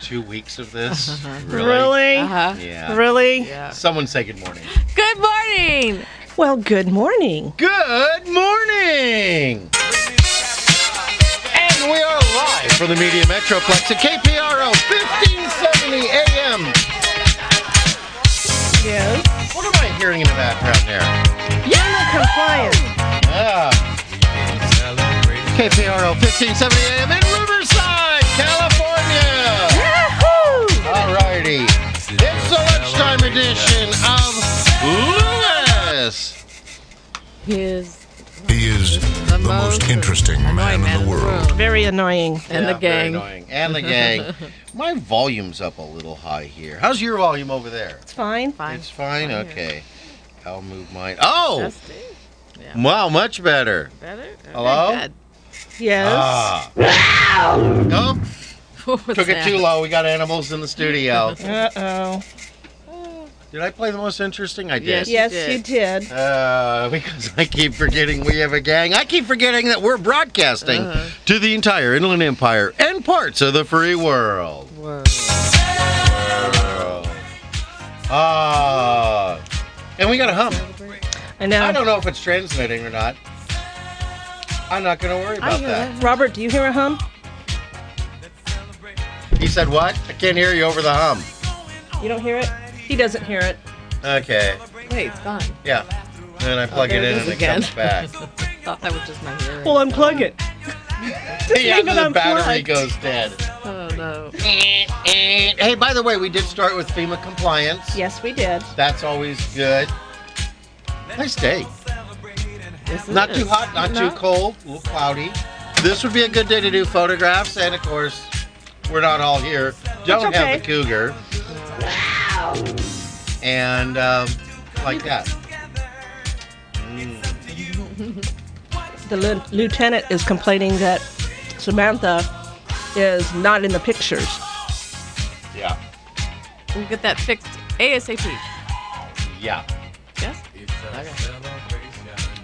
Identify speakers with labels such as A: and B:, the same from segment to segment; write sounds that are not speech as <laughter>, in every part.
A: two weeks of this.
B: <laughs> Really?
C: Uh-huh.
A: Yeah.
B: Really?
C: Yeah.
A: Someone say good morning.
C: Good morning.
B: Well, good morning.
A: Good morning! And we are live from the Media Metroplex at KPRO 1570 AM.
B: Yes.
A: What am I hearing in the background there? Ah.
B: Animal compliance.
A: Yeah. KPRO 1570 AM in Riverside, California.
B: Yahoo!
A: Alrighty. It's the lunchtime edition of Lewis.
C: His
D: He is
C: the,
D: the most interesting man in the world.
B: Very annoying.
C: And
A: Yeah,
C: the
A: very
C: gang.
A: annoying. And
C: <laughs>
A: the gang. My volume's up a little high here. How's your volume over there?
B: It's fine.
C: Fine.
A: It's fine?
C: Fine.
A: Okay. I'll move mine. Oh!
C: That's it.
A: Wow, much better.
C: Better? Okay,
A: Hello?
C: good.
B: Yes.
A: Ah. Oh,
C: <laughs> What was
A: took
C: that?
A: it too low. We got animals in the
C: <laughs>
A: studio.
B: Uh oh.
A: did I play the most interesting? I did.
C: Yes.
B: Yes,
C: did.
B: you did.
A: Uh, because I keep forgetting we have a gang. I keep forgetting that we're broadcasting
C: Uh-huh.
A: to the entire Inland Empire and parts of the free world.
C: Whoa.
A: Ah. And we got a hump.
B: I know.
A: I don't know if it's transmitting or not. I'm not going to worry about
C: hear
A: that.
B: Robert, do you hear a hum?
A: He said, What? I can't hear you over the hum.
B: You don't hear it? He doesn't hear it.
A: Okay.
C: Wait, it's gone.
A: Yeah. And I plug
C: there
A: it
C: it
A: in
C: is
A: and it
C: again.
A: comes
C: <laughs>
A: back.
C: Thought that was just my hearing.
A: Oh,
B: Well, unplug
A: <laughs>
B: it.
A: See,
B: leave
A: after
B: it
A: the battery
B: unplugged.
A: goes dead.
C: oh no.
A: Hey, by the way, we did start with FEMA compliance.
B: Yes, we did.
A: That's always good. Nice day.
C: Yes, it
A: Not too
C: is.
A: hot, not
C: No.
A: too cold, a little cloudy. This would be a good day to do photographs, and of course, we're not all here. Don't have
B: okay.
A: the cougar. And um, like that. Mm.
B: The lieu- lieutenant is complaining that Samantha is not in the pictures.
A: Yeah,
C: We'll get that fixed ASAP.
A: yeah.
C: Yes.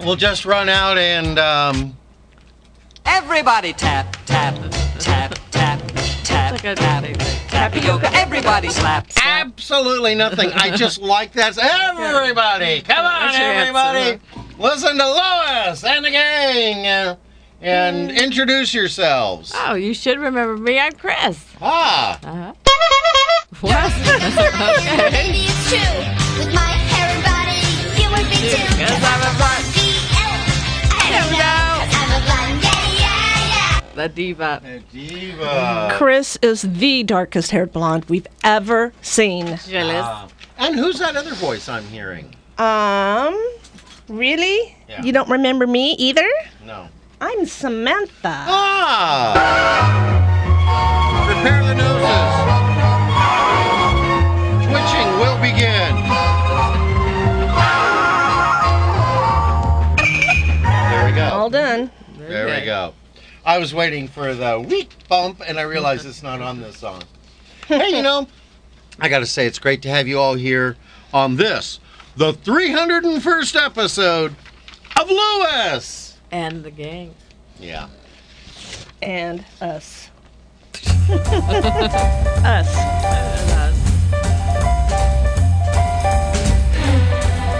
A: We'll just run out and um,
E: Everybody tap, tap, tap, tap, tap,
C: It's like a
E: tap, tapioca. Everybody slap, slap.
A: absolutely nothing. I
C: <laughs>
A: just like that. Everybody, come on,
C: That's your
A: everybody.
C: answer,
A: Listen to Lois and the gang uh, and introduce yourselves.
C: Oh, you should remember me. I'm Chris. <laughs>
A: Ah.
C: Uh-huh.
F: Yes,
C: What?
F: that's right. Maybe it's true. With my hair and body, you would be too.
C: Yes, I'm a blonde.
F: D-L. I don't know. 'cause I'm a
C: The
F: blonde. Yeah, yeah, yeah.
C: diva.
A: A diva.
B: Chris is the darkest haired blonde we've ever seen.
C: Jealous.
A: Ah. And who's that other voice I'm hearing?
B: Um, really?
A: Yeah.
B: You don't remember me either?
A: No.
B: I'm Samantha.
A: Ah! Prepare the noses. Twitching will begin. There we go.
B: All done.
A: There we go. I was waiting for the weak bump and I realized it's not on this song. Hey, you know, I got to say, it's great to have you all here on this, the 301st episode of Lewis.
C: And the gang.
A: Yeah.
B: And us. <laughs> us.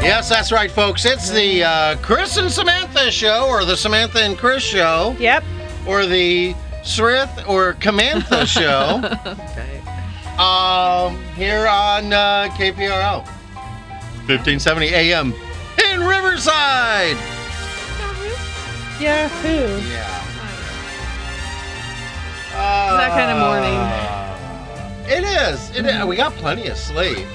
A: Yes, that's right, folks. It's the uh, Chris and Samantha show, or the Samantha and Chris show,
B: Yep.
A: or the Srith or
C: <laughs>
A: Camantha show
C: Okay.
A: um, here on uh, KPRO. 1570 AM in Riverside.
B: Yahoo.
A: Yeah.
C: that kind of morning.
A: morning. Uh, It is. It is. We got plenty of sleep.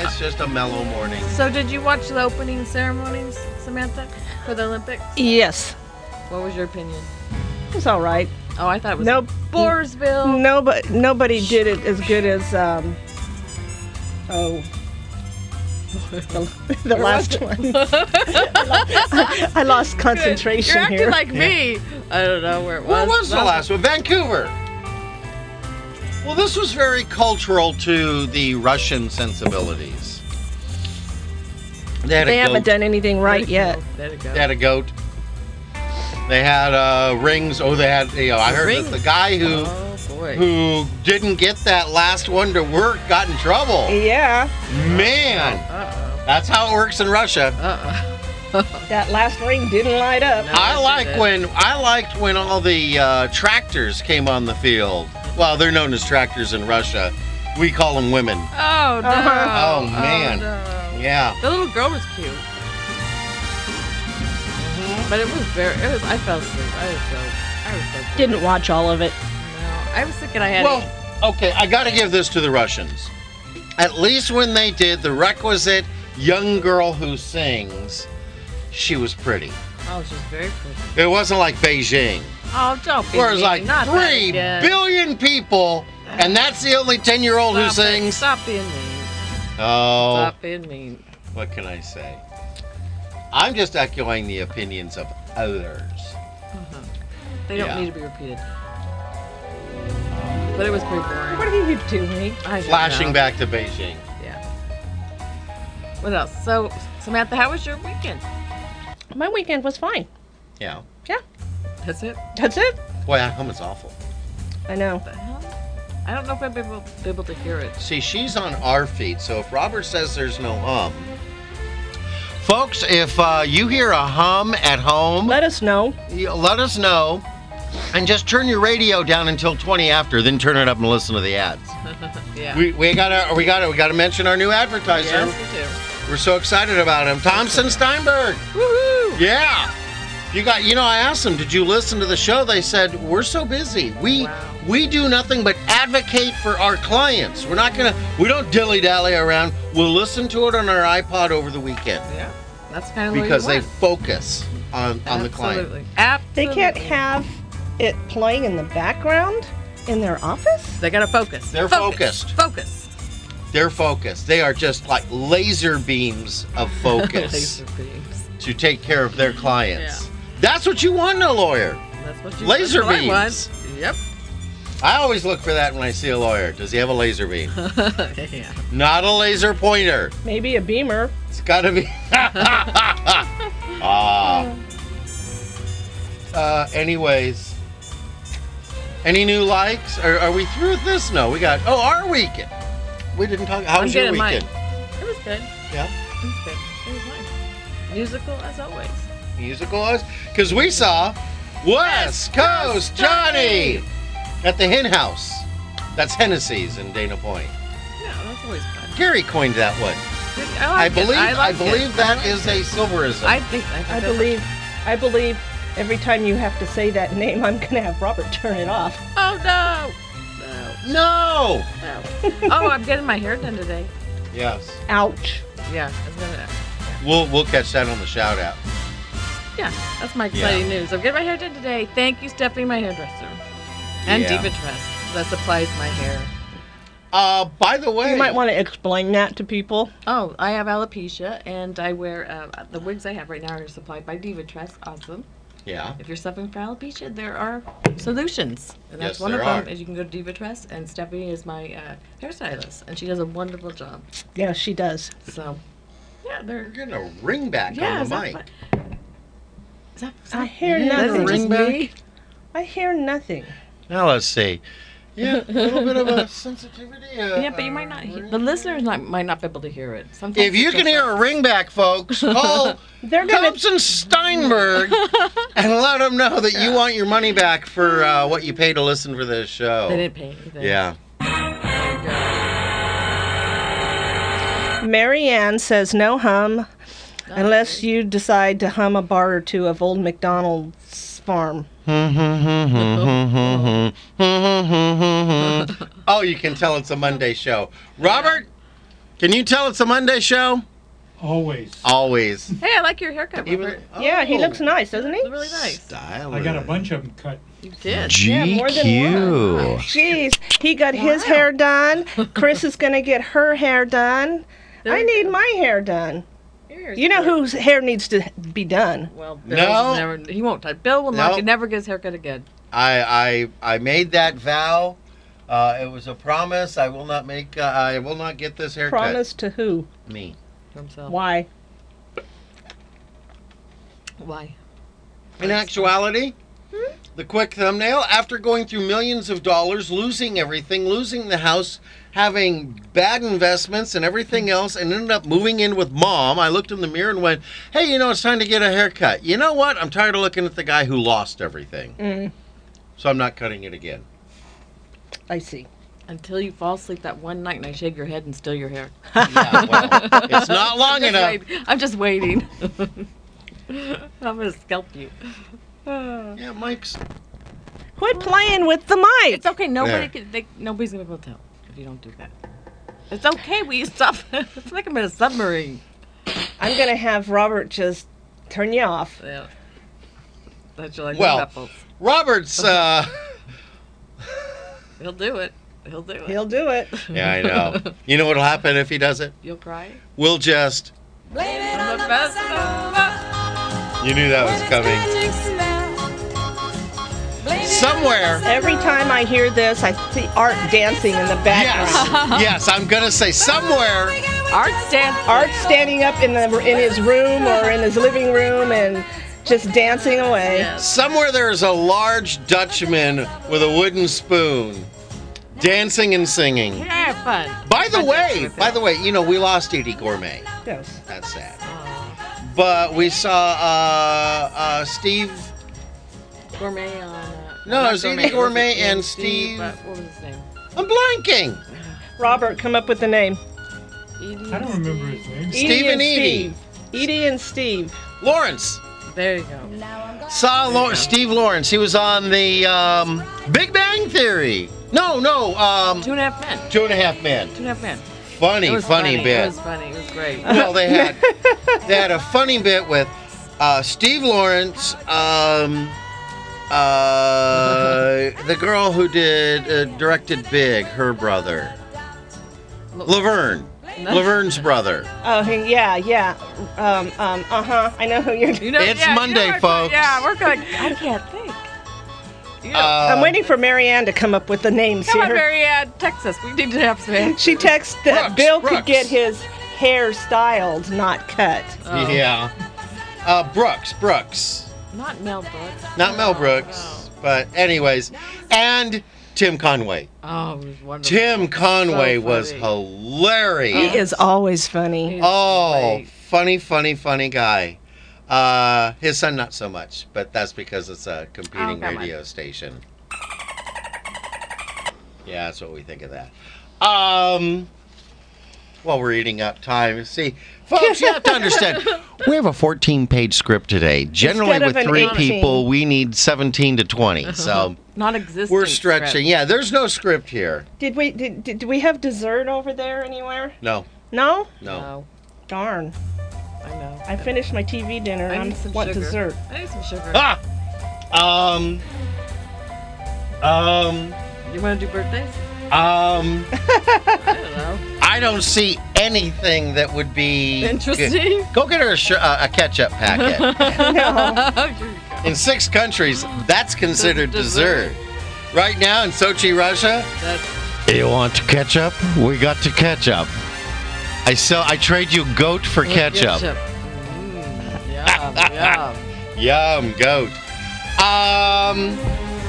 A: It's just a mellow morning.
C: So, did you watch the opening ceremonies, Samantha, for the Olympics?
B: Yes.
C: What was your opinion?
B: It's all right.
C: Oh, I thought it was
B: Nope.
C: Borsville.
B: No, but nobody did it as good as um. Oh. The, the last one. <laughs> I lost concentration
C: You're acting
B: here.
C: like me. I don't know where it was.
A: What was the last one? Vancouver. Well, this was very cultural to the Russian sensibilities. They had
B: they
A: a
B: haven't
A: goat.
B: done anything
C: There you
B: right
C: go.
B: yet.
C: There you go.
A: They had a goat. They had uh, rings. Oh, they had. You know, I heard that
C: Rings.
A: the guy who
C: Oh, boy. wait.
A: who didn't get that last one to work got in trouble.
B: Yeah,
A: Man,
C: Uh
A: that's how it works in Russia.
C: oh. Uh
B: that last ring didn't light up.
C: No.
A: I
C: I
A: like
C: did it.
A: when I liked when all the uh, tractors came on the field. Well, they're known as tractors in Russia. We call them women.
C: oh. Oh no.
B: Uh-huh.
A: Oh, man.
C: no.
A: Yeah.
C: The little girl was cute.
A: Mm-hmm.
C: But it was very. It was. I fell asleep. I was so. I was so. bored.
B: Didn't watch all of it.
C: No, I was thinking I had.
A: Well, okay. I got to give this to the Russians. At least when they did the requisite young girl who sings, she was pretty.
C: oh, she's very pretty.
A: It wasn't like Beijing,
C: Oh, don't be
A: where it's
C: mean.
A: like
C: Not that
A: three
C: again.
A: billion people, and that's the only ten-year-old who
C: Stop it.
A: sings.
C: Stop being mean.
A: Oh.
C: Stop being mean.
A: What can I say? I'm just echoing the opinions of others.
C: They don't
A: Yeah.
C: need to be repeated. But it was pretty boring.
B: What are you doing?
C: I don't
A: Flashing
C: know.
A: back to Beijing.
C: Yeah. What else? So, Samantha, how was your weekend?
B: My weekend was fine.
A: Yeah.
C: That's it.
B: That's it.
A: Boy, that home is awful.
B: I know.
C: The hell? I don't know if I'll be able, be able to hear it. <laughs>
A: See, she's on our feet, so if Robert says there's no hum, folks, if uh, you hear a hum at home,
B: Let us know.
A: you- let us know and just turn your radio down until 20 after, then turn it up and listen to the ads.
C: yeah.
A: We, we gotta we gotta we gotta mention our new advertiser.
C: yes, we
A: We're so excited about him, Thompson Steinberg.
C: do. Woohoo!
A: Yeah. You got you know, I asked them, did you listen to the show? They said, We're so busy. We
C: Wow.
A: we do nothing but advocate for our clients. We're not gonna we don't dilly dally around. We'll listen to it on our iPod over the weekend.
C: Yeah. That's kind of
A: Because
C: what
A: they
C: you want.
A: focus on, on the client.
C: Absolutely. Absolutely.
B: They can't have it playing in the background in their office.
C: They gotta focus.
A: They're
C: focus.
A: focused.
C: Focus.
A: They're focused. They are just like laser beams
C: <laughs>
A: of focus
C: Laser beams.
A: to take care of their clients. That's what you want in a lawyer.
C: That's what you
A: Laser
C: that's what I
A: beams.
C: want. Yep. <laughs>
A: I always look for that when I see a lawyer. Does he have a laser beam?
C: yeah.
A: Not a laser pointer.
B: Maybe a beamer.
A: It's gotta be. <laughs> ah. Uh, anyways, any new likes? Are, are we through with this? No, we got. Oh, our weekend. We didn't talk. How
C: I'm
A: was your
C: getting mine.
A: weekend?
C: It was good.
A: Yeah,
C: It was good. It was nice. Musical as always.
A: musical was because we saw West Coast Johnny at the Hen House. That's Hennessy's in Dana Point.
C: Yeah, that's always fun.
A: Gary coined that one. I
C: like it.
A: believe. I,
C: like it.
A: believe that is a silverism.
C: I think. I, think
B: I
C: that's-
B: believe. I believe. Every time you have to say that name, I'm gonna have Robert turn it off.
C: Oh no. No.
A: no.
C: No. <laughs> oh, I'm getting my hair done today.
A: Yes.
B: Ouch.
C: Yeah, I'm gonna.
A: We'll we'll catch that on the shout out.
C: Yeah, that's my exciting news. I'm getting my hair done today. Thank you, Stephanie, my hairdresser, and
A: Yeah.
C: Diva Dress that supplies my hair.
A: Uh, by the way,
B: You might want to explain that to people.
C: Oh, I have alopecia, and I wear uh, the wigs I have right now are supplied by Diva Dress. Awesome.
A: Yeah.
C: If you're suffering from alopecia, there are solutions, and that's
A: Yes,
C: one of
A: there
C: them.
A: are.
C: Is you can go to Diva Dress, and Stephanie is my uh, hairstylist, and she does a wonderful job.
B: Yeah, she does.
C: So, yeah,
A: You're
C: they're
A: getting a ring back
C: yeah.
A: on
C: Is
A: the
C: that,
A: mic. Uh,
C: fun? is that
B: I hear
C: that's
A: a
B: nothing.
A: ring
C: just me?
B: I hear nothing.
A: Now let's see. Yeah, a little bit
C: <laughs>
A: of a sensitivity. uh,
C: Yeah, but you might
A: uh,
C: not. Hear, the listeners not, might not be able to hear it. Sometimes
A: If you
C: it's
A: can
C: just-
A: hear a ring back,
C: <laughs>
A: folks, call
B: They're gonna.
A: Thompson Steinberg and let them know that you want your money back for uh, what you pay to listen for this
C: they
A: show.
C: didn't pay anything. <laughs>
A: Yeah. <laughs>
B: Marianne says no hum, unless you decide to hum a bar or two of Old McDonald's farm.
A: oh, you can tell it's a Monday show. Robert, can you tell it's a Monday show?
G: Always.
A: Always.
C: Hey, I like your haircut. Robert.
B: Yeah, he
A: Oh,
B: looks nice, doesn't he?
C: It's really nice.
G: I
A: Stylish.
G: got a bunch of them cut.
C: You did.
B: Yeah, more than one. Jeez, he got his hair
A: <laughs>
B: done. Chris is gonna get her hair done. I need my hair done.
C: Yours
B: You know
C: were-
B: whose hair needs to be done?
C: Well, Bill's
A: No.
C: never. He won't. touch- Bill will
A: No.
C: not. Never get his haircut again.
A: I I I made that vow. Uh, it was a promise. I will not make. Uh, I will not get this haircut.
B: Promise to who?
A: me.
C: to Himself.
B: Why?
C: Why?
A: In actuality, The quick thumbnail after going through millions of dollars, losing everything, losing the house, having bad investments and everything else, and ended up moving in with mom, I looked in the mirror and went, hey, you know, it's time to get a haircut. You know what? I'm tired of looking at the guy who lost everything. So I'm not cutting it again.
B: I see.
C: Until you fall asleep that one night and I shake your head and steal your hair.
A: <laughs> Yeah, well, it's
C: <laughs>
A: not long
C: Just
A: enough.
C: wait. I'm just waiting. <laughs> I'm gonna scalp you.
A: Yeah, Mike's. Oh.
B: Quit playing with the mic.
C: It's okay. Nobody
A: There.
C: can. They, nobody's gonna be able to tell if you don't do that. It's okay. We stop. <laughs> it's like I'm in a submarine.
B: I'm gonna have Robert just turn you off.
C: Yeah. That's your like
A: Well.
C: apples.
A: Robert's. Uh, <laughs>
C: He'll do it. He'll do it.
B: He'll
A: <laughs>
B: do it.
A: yeah, I know. You know what'll happen if he does it?
C: You'll cry.
A: We'll just.
E: Blame it on
C: The
E: the
C: best
A: You knew that was coming.
E: magic smell. Blame it on
A: Somewhere.
B: Every time I hear this, I see Art dancing in the background.
A: Yes. yes, I'm going to say somewhere.
C: Art stands.
B: Art standing up in the in his room or in his living room and just dancing away.
C: Yes.
A: Somewhere there is a large Dutchman with a wooden spoon dancing and singing.
C: Yeah, have fun.
A: By the way, by the way, you know, we lost Edie Gourmet.
B: Yes.
A: That's sad. But we saw uh, uh, Steve.
C: Gourmet on. Uh,
A: No,
C: not
A: it was Edie
C: was
A: <laughs> Gourmet
C: it
A: and Steve-
C: uh, what was his name?
A: I'm blanking.
B: Robert, come up with the name.
C: Edie
G: I don't
C: and
G: remember his name.
B: Edie
A: Steve and Edie.
B: Steve. Edie and Steve.
A: Lawrence.
C: Steve. There you go.
A: Saw Law- Steve Lawrence. He was on the um, Big Bang Theory. No, no. Um,
C: Two and a half men.
A: two and a half men.
C: Two and a half men.
A: Funny,
C: It was
A: funny, bit.
C: It was funny. It was great.
A: Well, they
B: <laughs>
A: had they had a funny bit with uh, Steve Lawrence, um, uh, the girl who did uh, directed Big, her brother, Laverne, Laverne's brother.
B: Oh hey, yeah, yeah. Um, um, uh huh. I know who you're.
C: You know,
A: It's
C: yeah, you
A: Monday,
C: know, I-
A: folks.
C: Yeah, we're good. I can't think. Yeah.
B: Oh, I'm
A: Uh,
B: waiting for Marianne to come up with the names
C: Come on,
B: here.
C: Mary Ann, Texas. We need to have some. action.
B: She texted that
A: Brooks,
B: Bill
A: Brooks.
B: could get his hair styled, not cut.
A: Uh-huh.
C: Oh.
A: Yeah, uh, Brooks, Brooks,
C: Not Mel Brooks.
A: not Mel
C: No,
A: Brooks, but anyways, and Tim Conway.
C: no. Oh, it was wonderful.
A: Tim Conway was
C: funny.
A: hilarious.
B: He is always funny.
A: Oh,
C: Like-
A: funny, funny, funny guy. Uh, his son, not so much, but that's because it's a competing
C: come on.
A: radio station. Yeah, that's what we think of that. Um, well, we're eating up time. See, folks, you have to understand. We have a 14-page script today. Generally,
B: Instead of
A: with
B: an
A: three
B: 18.
A: people, we need 17 to 20. So
C: Not existing.
A: we're stretching.
C: script.
A: Yeah, there's no script here.
B: Did we did, did we have dessert over there anywhere?
A: No,
B: No.
A: no.
C: No,
B: Darn.
C: I know.
B: I finished my TV dinner.
C: I
B: and
C: need
B: I
C: some
B: want
C: sugar.
B: dessert.
C: I need some sugar.
A: Ah. Um. Um.
C: You want to do birthdays?
A: Um.
C: I don't know. <laughs>
A: I don't see anything that would be good.
C: Interesting.
A: Go get her a, sh- uh, a ketchup packet.
B: No.
C: Oh,
A: in six countries, that's considered
C: Dessert.
A: dessert. Right now in Sochi, Russia,
C: That's
A: you want ketchup? We got to ketchup. I sell. I trade you goat for ketchup.
C: Mm, yum, yum. <laughs>
A: Yum, goat. Um.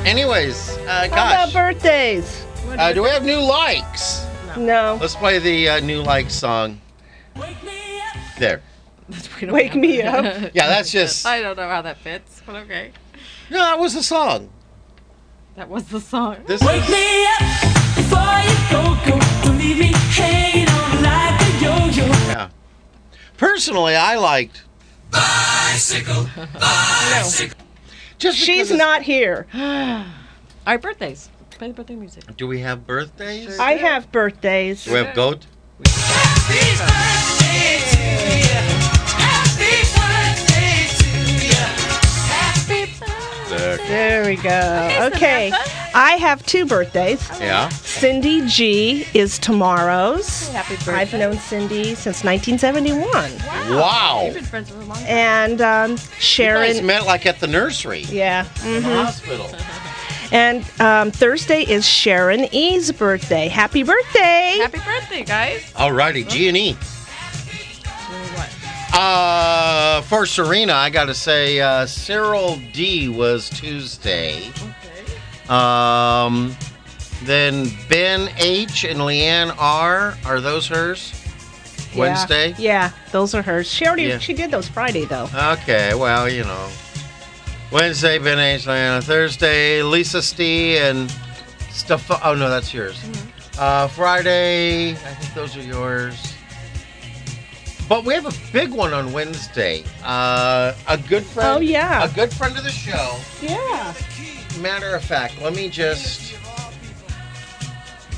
A: Anyways, uh,
B: How about
A: gosh,
B: birthdays?
A: uh, do we have new likes?
B: No.
A: Let's play the uh, new like song. There.
C: We
A: <laughs>
C: don't
B: Wake
C: have
B: me
C: that. <laughs>
B: up.
A: Yeah, that's just.
C: I don't know how that fits, but okay.
A: No, that was the song.
C: That was the song.
A: This is.
H: me up before you go, go. Don't leave me hanging on like a yo-yo.
A: Yeah. Personally, I liked. Bicycle. Bicycle. Just
B: She's
A: because it's-
B: not here.
C: <sighs> Our birthdays. Play the birthday music.
A: Do we have birthdays?
B: I have birthdays.
A: Do we have goat? There.
B: There we go. Okay. I have two birthdays.
A: Yeah.
B: Cindy G is tomorrow's.
C: Happy birthday.
B: I've known Cindy since 1971.
A: Wow.
C: You've been friends with her a long time.
B: And um,
A: You guys
B: Sharon.
A: met like at the nursery,
B: Yeah.
A: in the hospital.
B: And um, Thursday is Sharon E's birthday. Happy birthday!
C: Happy birthday, guys.
A: Alrighty, G and E.
C: What?
A: Uh, for Serena, I got to say uh, Cyril D was Tuesday.
C: Okay.
A: Um, then Ben H and Leanne R. Are those hers?
B: Yeah.
A: Wednesday.
B: Yeah, those are hers. She already
A: Yeah.
B: she did those Friday though.
A: Okay, well, you know. Wednesday, Ben H. Lana. Thursday, Lisa Stee and stuff. Oh, no, that's yours.
B: Mm-hmm.
A: Uh, Friday, I think those are yours. But we have a big one on Wednesday. Uh, a good friend.
B: Oh, yeah.
A: A good friend of the show.
B: Yeah.
A: Matter of fact, let me just.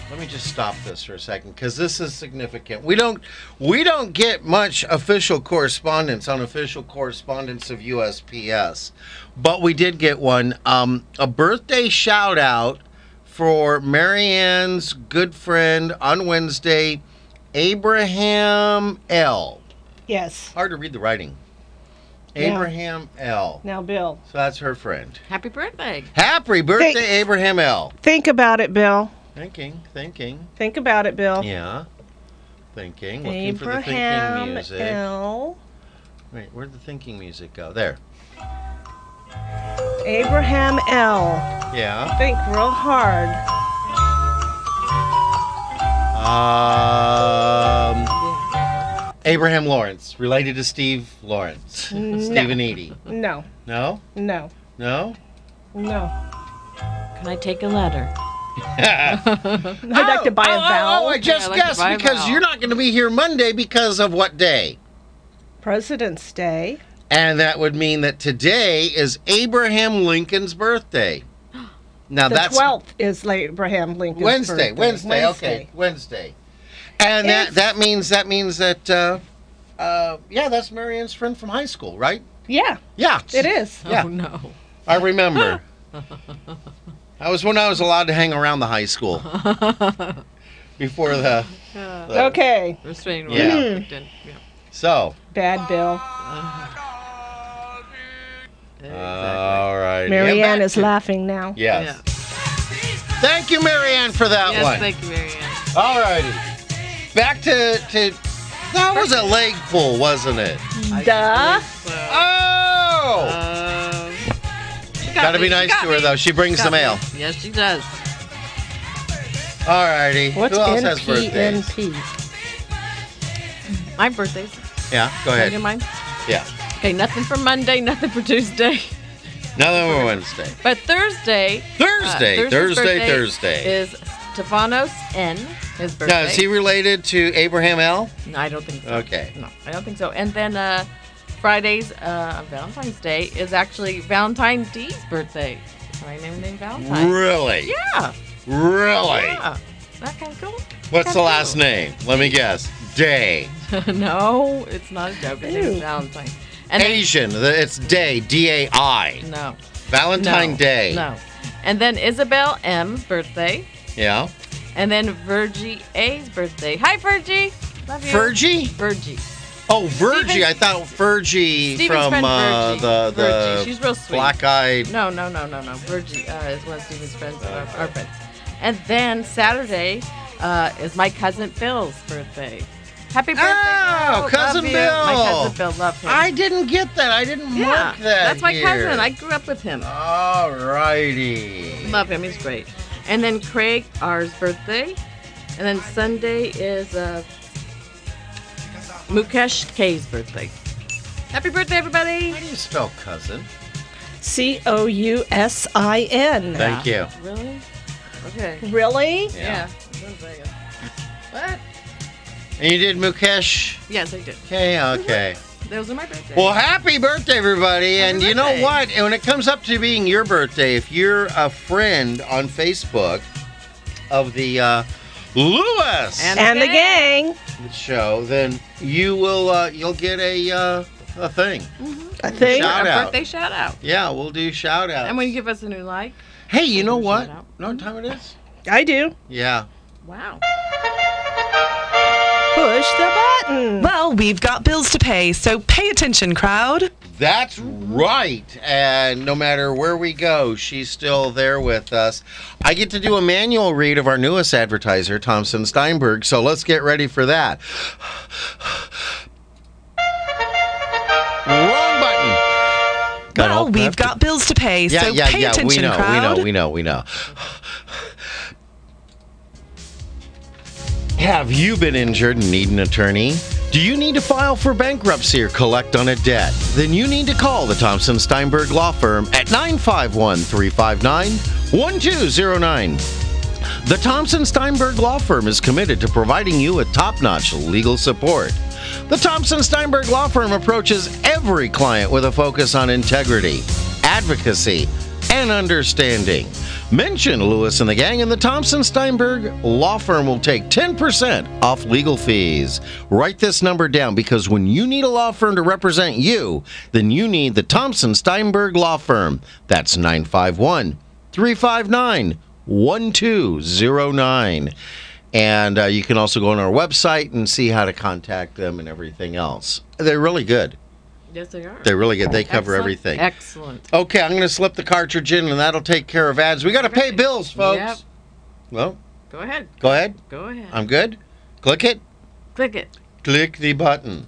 A: Let me just stop this for a second because this is significant. We don't we don't get much official correspondence on official correspondence of USPS, but we did get one. Um, a birthday shout out for Marianne's good friend on Wednesday, Abraham L.
B: Yes.
A: Hard to read the writing.
B: Yeah.
A: Abraham L.
B: Now Bill.
A: So that's her friend.
C: Happy birthday.
A: Happy birthday,
B: Thank-
A: Abraham L.
B: Think about it, Bill.
A: Thinking, thinking.
B: Think about it, Bill.
A: Yeah. Thinking. Looking for the thinking
B: Abraham
A: music.
B: L.
A: Wait, where'd the thinking music go? There.
B: Abraham L.
A: Yeah.
B: Think real hard.
A: Um, Abraham Lawrence, related to Steve Lawrence. Stephen Edie.
B: No,
A: No?
B: no,
A: No? <laughs>
B: no.
C: Can I take a letter?
B: I'd like to buy
A: oh,
B: a
A: oh,
B: vowel.
A: Oh, I just
C: Yeah, I'd like to
A: guessed
C: buy a
A: because
C: vowel.
A: you're not going to be here Monday because of what day?
B: President's Day.
A: And that would mean that today is Abraham Lincoln's birthday. Now
B: The
A: that's
B: 12th is Abraham Lincoln's
A: Wednesday,
B: birthday.
A: Wednesday, okay, Wednesday. And that
B: It's-
A: that means that means that uh, uh, yeah, that's Marianne's friend from high school, right?
B: Yeah,
A: Yeah,
B: it is.
A: Yeah.
C: Oh no.
A: I
B: <laughs>
A: remember. that was when I was allowed to hang around the high
B: <laughs>
A: school before the. the-
B: Okay,
C: Restraining order.
A: Yeah.
C: kicked in. Yeah.
A: So.
B: bad Bill.
C: Exactly.
A: All right.
B: Marianne
A: Yeah,
B: is
A: that-
B: laughing now.
A: Uh, Yes. Thank you, Marianne, for that
C: Yes,
A: one.
C: thank you, Marianne.
A: All righty. Back to to. That was a leg pull, wasn't it?
B: Duh.
C: So,
A: Oh.
C: um, she got
A: Gotta
C: me,
A: be
C: she
A: nice
C: Um, got
A: to her
C: me.
A: though. She brings
C: Got
A: the
C: me.
A: mail.
C: Yes, she does.
A: Alrighty.
B: What's
A: Who else has birthdays?
B: NPNP?
C: My birthday's.
A: Yeah, go
C: You
A: ahead.
C: mind?
A: Yeah.
C: Okay, nothing for Monday, nothing for Tuesday, <laughs>
A: Another one Wednesday.
C: but Thursday. uh,
A: Thursday.
C: Thursday's
A: Thursday,
C: birthday
A: Thursday.
C: Is Stefanos N. His birthday.
A: Now, is he related to Abraham L?
C: No, I don't think so.
A: Okay.
C: No, I don't think so. And then uh, Friday's uh, Valentine's Day is actually Valentine D's birthday. My name named Valentine.
A: Really?
C: Yeah.
A: Really?
C: Yeah. Isn't that kind of cool? <laughs>
A: What's the
C: That's
A: last
C: cool.
A: name? Let me guess. Day.
C: no, it's not a joke. His name is
B: Ew.
C: Valentine. And then,
A: Asian. The- It's Day. D A I.
C: no.
A: Valentine
C: no,
A: Day.
C: No. And then Isabel M's birthday.
A: Yeah.
C: And then Virgie A's birthday. Hi, Virgie. Love you.
A: Virgie?
C: Virgie.
A: Oh, Virgie.
C: Steven-
A: I thought Virgie
C: Steven's
A: from
C: friend
A: uh,
C: Virgie.
A: the
C: Virgie.
A: the
C: She's real sweet.
A: black eyed.
C: No, no, no, no, no. Virgie uh, is one of Steven's friends, our, our friends. And then Saturday uh, is my cousin Phil's birthday. Happy birthday!
A: Oh,
C: Phil.
A: cousin
C: Love you.
A: Bill.
C: My cousin Phil, love him.
A: I didn't get that. I didn't
C: yeah,
A: mark that.
C: that's my
A: here.
C: cousin. I grew up with him.
A: All righty.
C: Love him. He's great. And then Craig R's birthday, and then Sunday is uh, Mukesh K's birthday. Happy birthday, everybody!
A: How do you spell cousin?
B: C O U S I N.
A: Thank you.
C: Really? Okay.
B: Really?
C: Yeah. What?
A: And you did Mukesh?
C: Yes, I did.
A: Okay, okay.
C: Those are my birthdays.
A: Well, happy birthday, everybody. and you know
C: birthday.
A: what? And When it comes up to being your birthday, if you're a friend on Facebook of the uh, Lewis
C: And-
B: And the
C: Okay.
B: gang.
A: show, then you will uh, you'll get a uh, a thing.
B: I think.
A: Shout out.
C: Our Mm-hmm. birthday shout out.
A: Yeah, we'll do shout outs.
C: And when you give us a new like,
A: hey, you know what?
C: Shout out.
A: Know what time it is?
B: I do.
A: Yeah.
C: wow.
B: Push the button.
I: Well, we've got bills to pay, so pay attention, crowd.
A: That's right. And no matter where we go, she's still there with us. I get to do a manual read of our newest advertiser, Thompson Steinberg. So let's get ready for that. Got all
I: well, we've
A: prepped.
I: got bills to pay,
A: Yeah,
I: so
A: yeah,
I: pay
A: yeah.
I: attention,
A: We know,
I: crowd.
A: we know, we know, we know. Have you been injured and need an attorney? Do you need to file for bankruptcy or collect on a debt? Then you need to call the Thompson Steinberg Law Firm at 951 359 1209. The Thompson Steinberg Law Firm is committed to providing you with top notch legal support. The Thompson Steinberg Law Firm approaches every client with a focus on integrity, advocacy, and understanding. Mention Lewis and the Gang, and the Thompson Steinberg Law Firm will take 10% off legal fees. Write this number down because when you need a law firm to represent you, then you need the Thompson Steinberg Law Firm. That's 951 359 1209. And uh, you can also go on our website and see how to contact them and everything else. They're really good.
C: Yes, they are.
A: They're really good. They cover
C: Excellent-
A: everything.
C: Excellent.
A: Okay, I'm going to slip the cartridge in and that'll take care of ads. We got to pay bills, folks.
C: Yep.
A: Well,
C: Go ahead.
A: go ahead.
C: Go ahead.
A: I'm good. Click it.
C: Click it.
A: Click the button.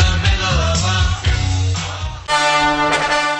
J: E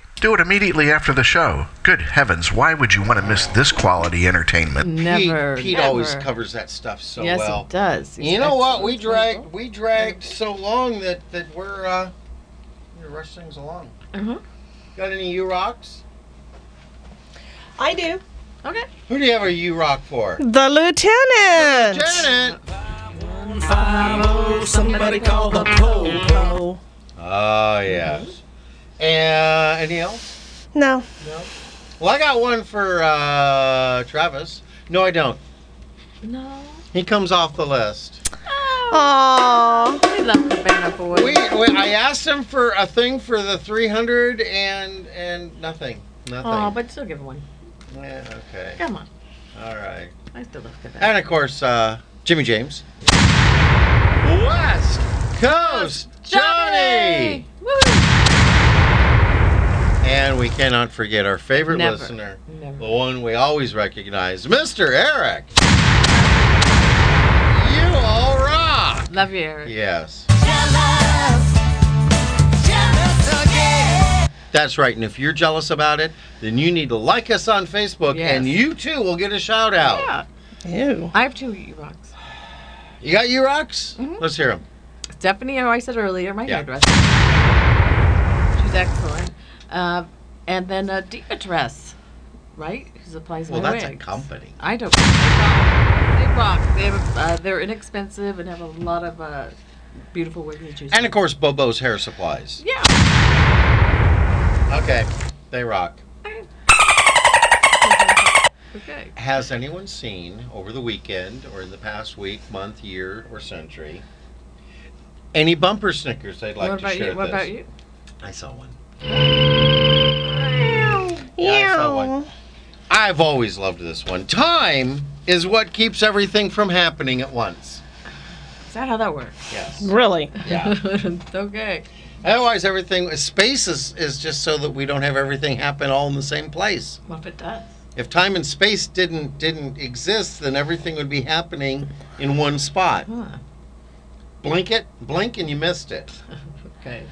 D: Do it immediately after the show. Good heavens, why would you want to miss this quality entertainment?
C: Never.
A: Pete, Pete
C: never.
A: always covers that stuff so
C: Yes,
A: well.
C: it does. He's
A: You know what?
C: excellent.
A: We dragged we dragged so long that that we're uh, we rush things along.
C: Mhm.
A: Got any U rocks?
B: I do.
C: Okay.
A: Who do you have a U rock for?
B: The lieutenant.
A: Janet.
H: Somebody call the pole.
B: Oh.
A: Oh yes. And uh, any else?
B: No.
A: Well, I got one for uh, Travis. No, I don't.
C: No.
A: He comes off the list.
B: Aww.
C: We love the banner boy.
A: We, we I asked him for a thing for the 300 and and nothing. Nothing.
C: oh, but still give him one.
A: yeah, okay.
C: Come on.
A: All right.
C: I still love the banner.
A: And of course, uh, Jimmy James. West Coast Johnny!
C: Woo!
A: And we cannot forget our favorite
C: Never.
A: listener,
C: Never.
A: the one we always recognize, Mr. Eric. You all rock!
C: Love you, Eric.
A: Yes.
F: Jealous, jealous again.
A: That's right. And if you're jealous about it, then you need to like us on Facebook
C: Yes.
A: and you too will get a shout out.
C: Yeah.
B: Ew.
C: I have two rocks.
A: You got you rocks?
C: Mm-hmm.
A: Let's hear them.
C: Stephanie, who I said earlier, my
A: Yeah.
C: hairdresser. She's excellent. Uh, and then a diva dress. right? Who supplies
A: Well,
C: my
A: that's a
C: wigs.
A: company.
C: I don't. They rock. They have, uh, they're inexpensive and have a lot of uh, beautiful wigs and juices.
A: And of course, Bobo's Hair Supplies.
C: Yeah.
A: Okay, they rock.
C: Okay.
A: Has anyone seen over the weekend or in the past week, month, year, or century any bumper Snickers they'd like
C: what
A: to
C: about
A: share?
C: you? What
A: this?
C: about you?
A: I saw one. Yeah, I saw one. I've always loved this one. Time is what keeps everything from happening at once.
C: Is that how that works?
A: Yes.
B: Really?
A: Yeah.
C: <laughs> okay.
A: Otherwise, everything space is, is just so that we don't have everything happen all in the same place.
C: What if it does?
A: If time and space didn't didn't exist, then everything would be happening in one spot.
C: Huh.
A: Blink it, blink, and you missed it.
C: Okay.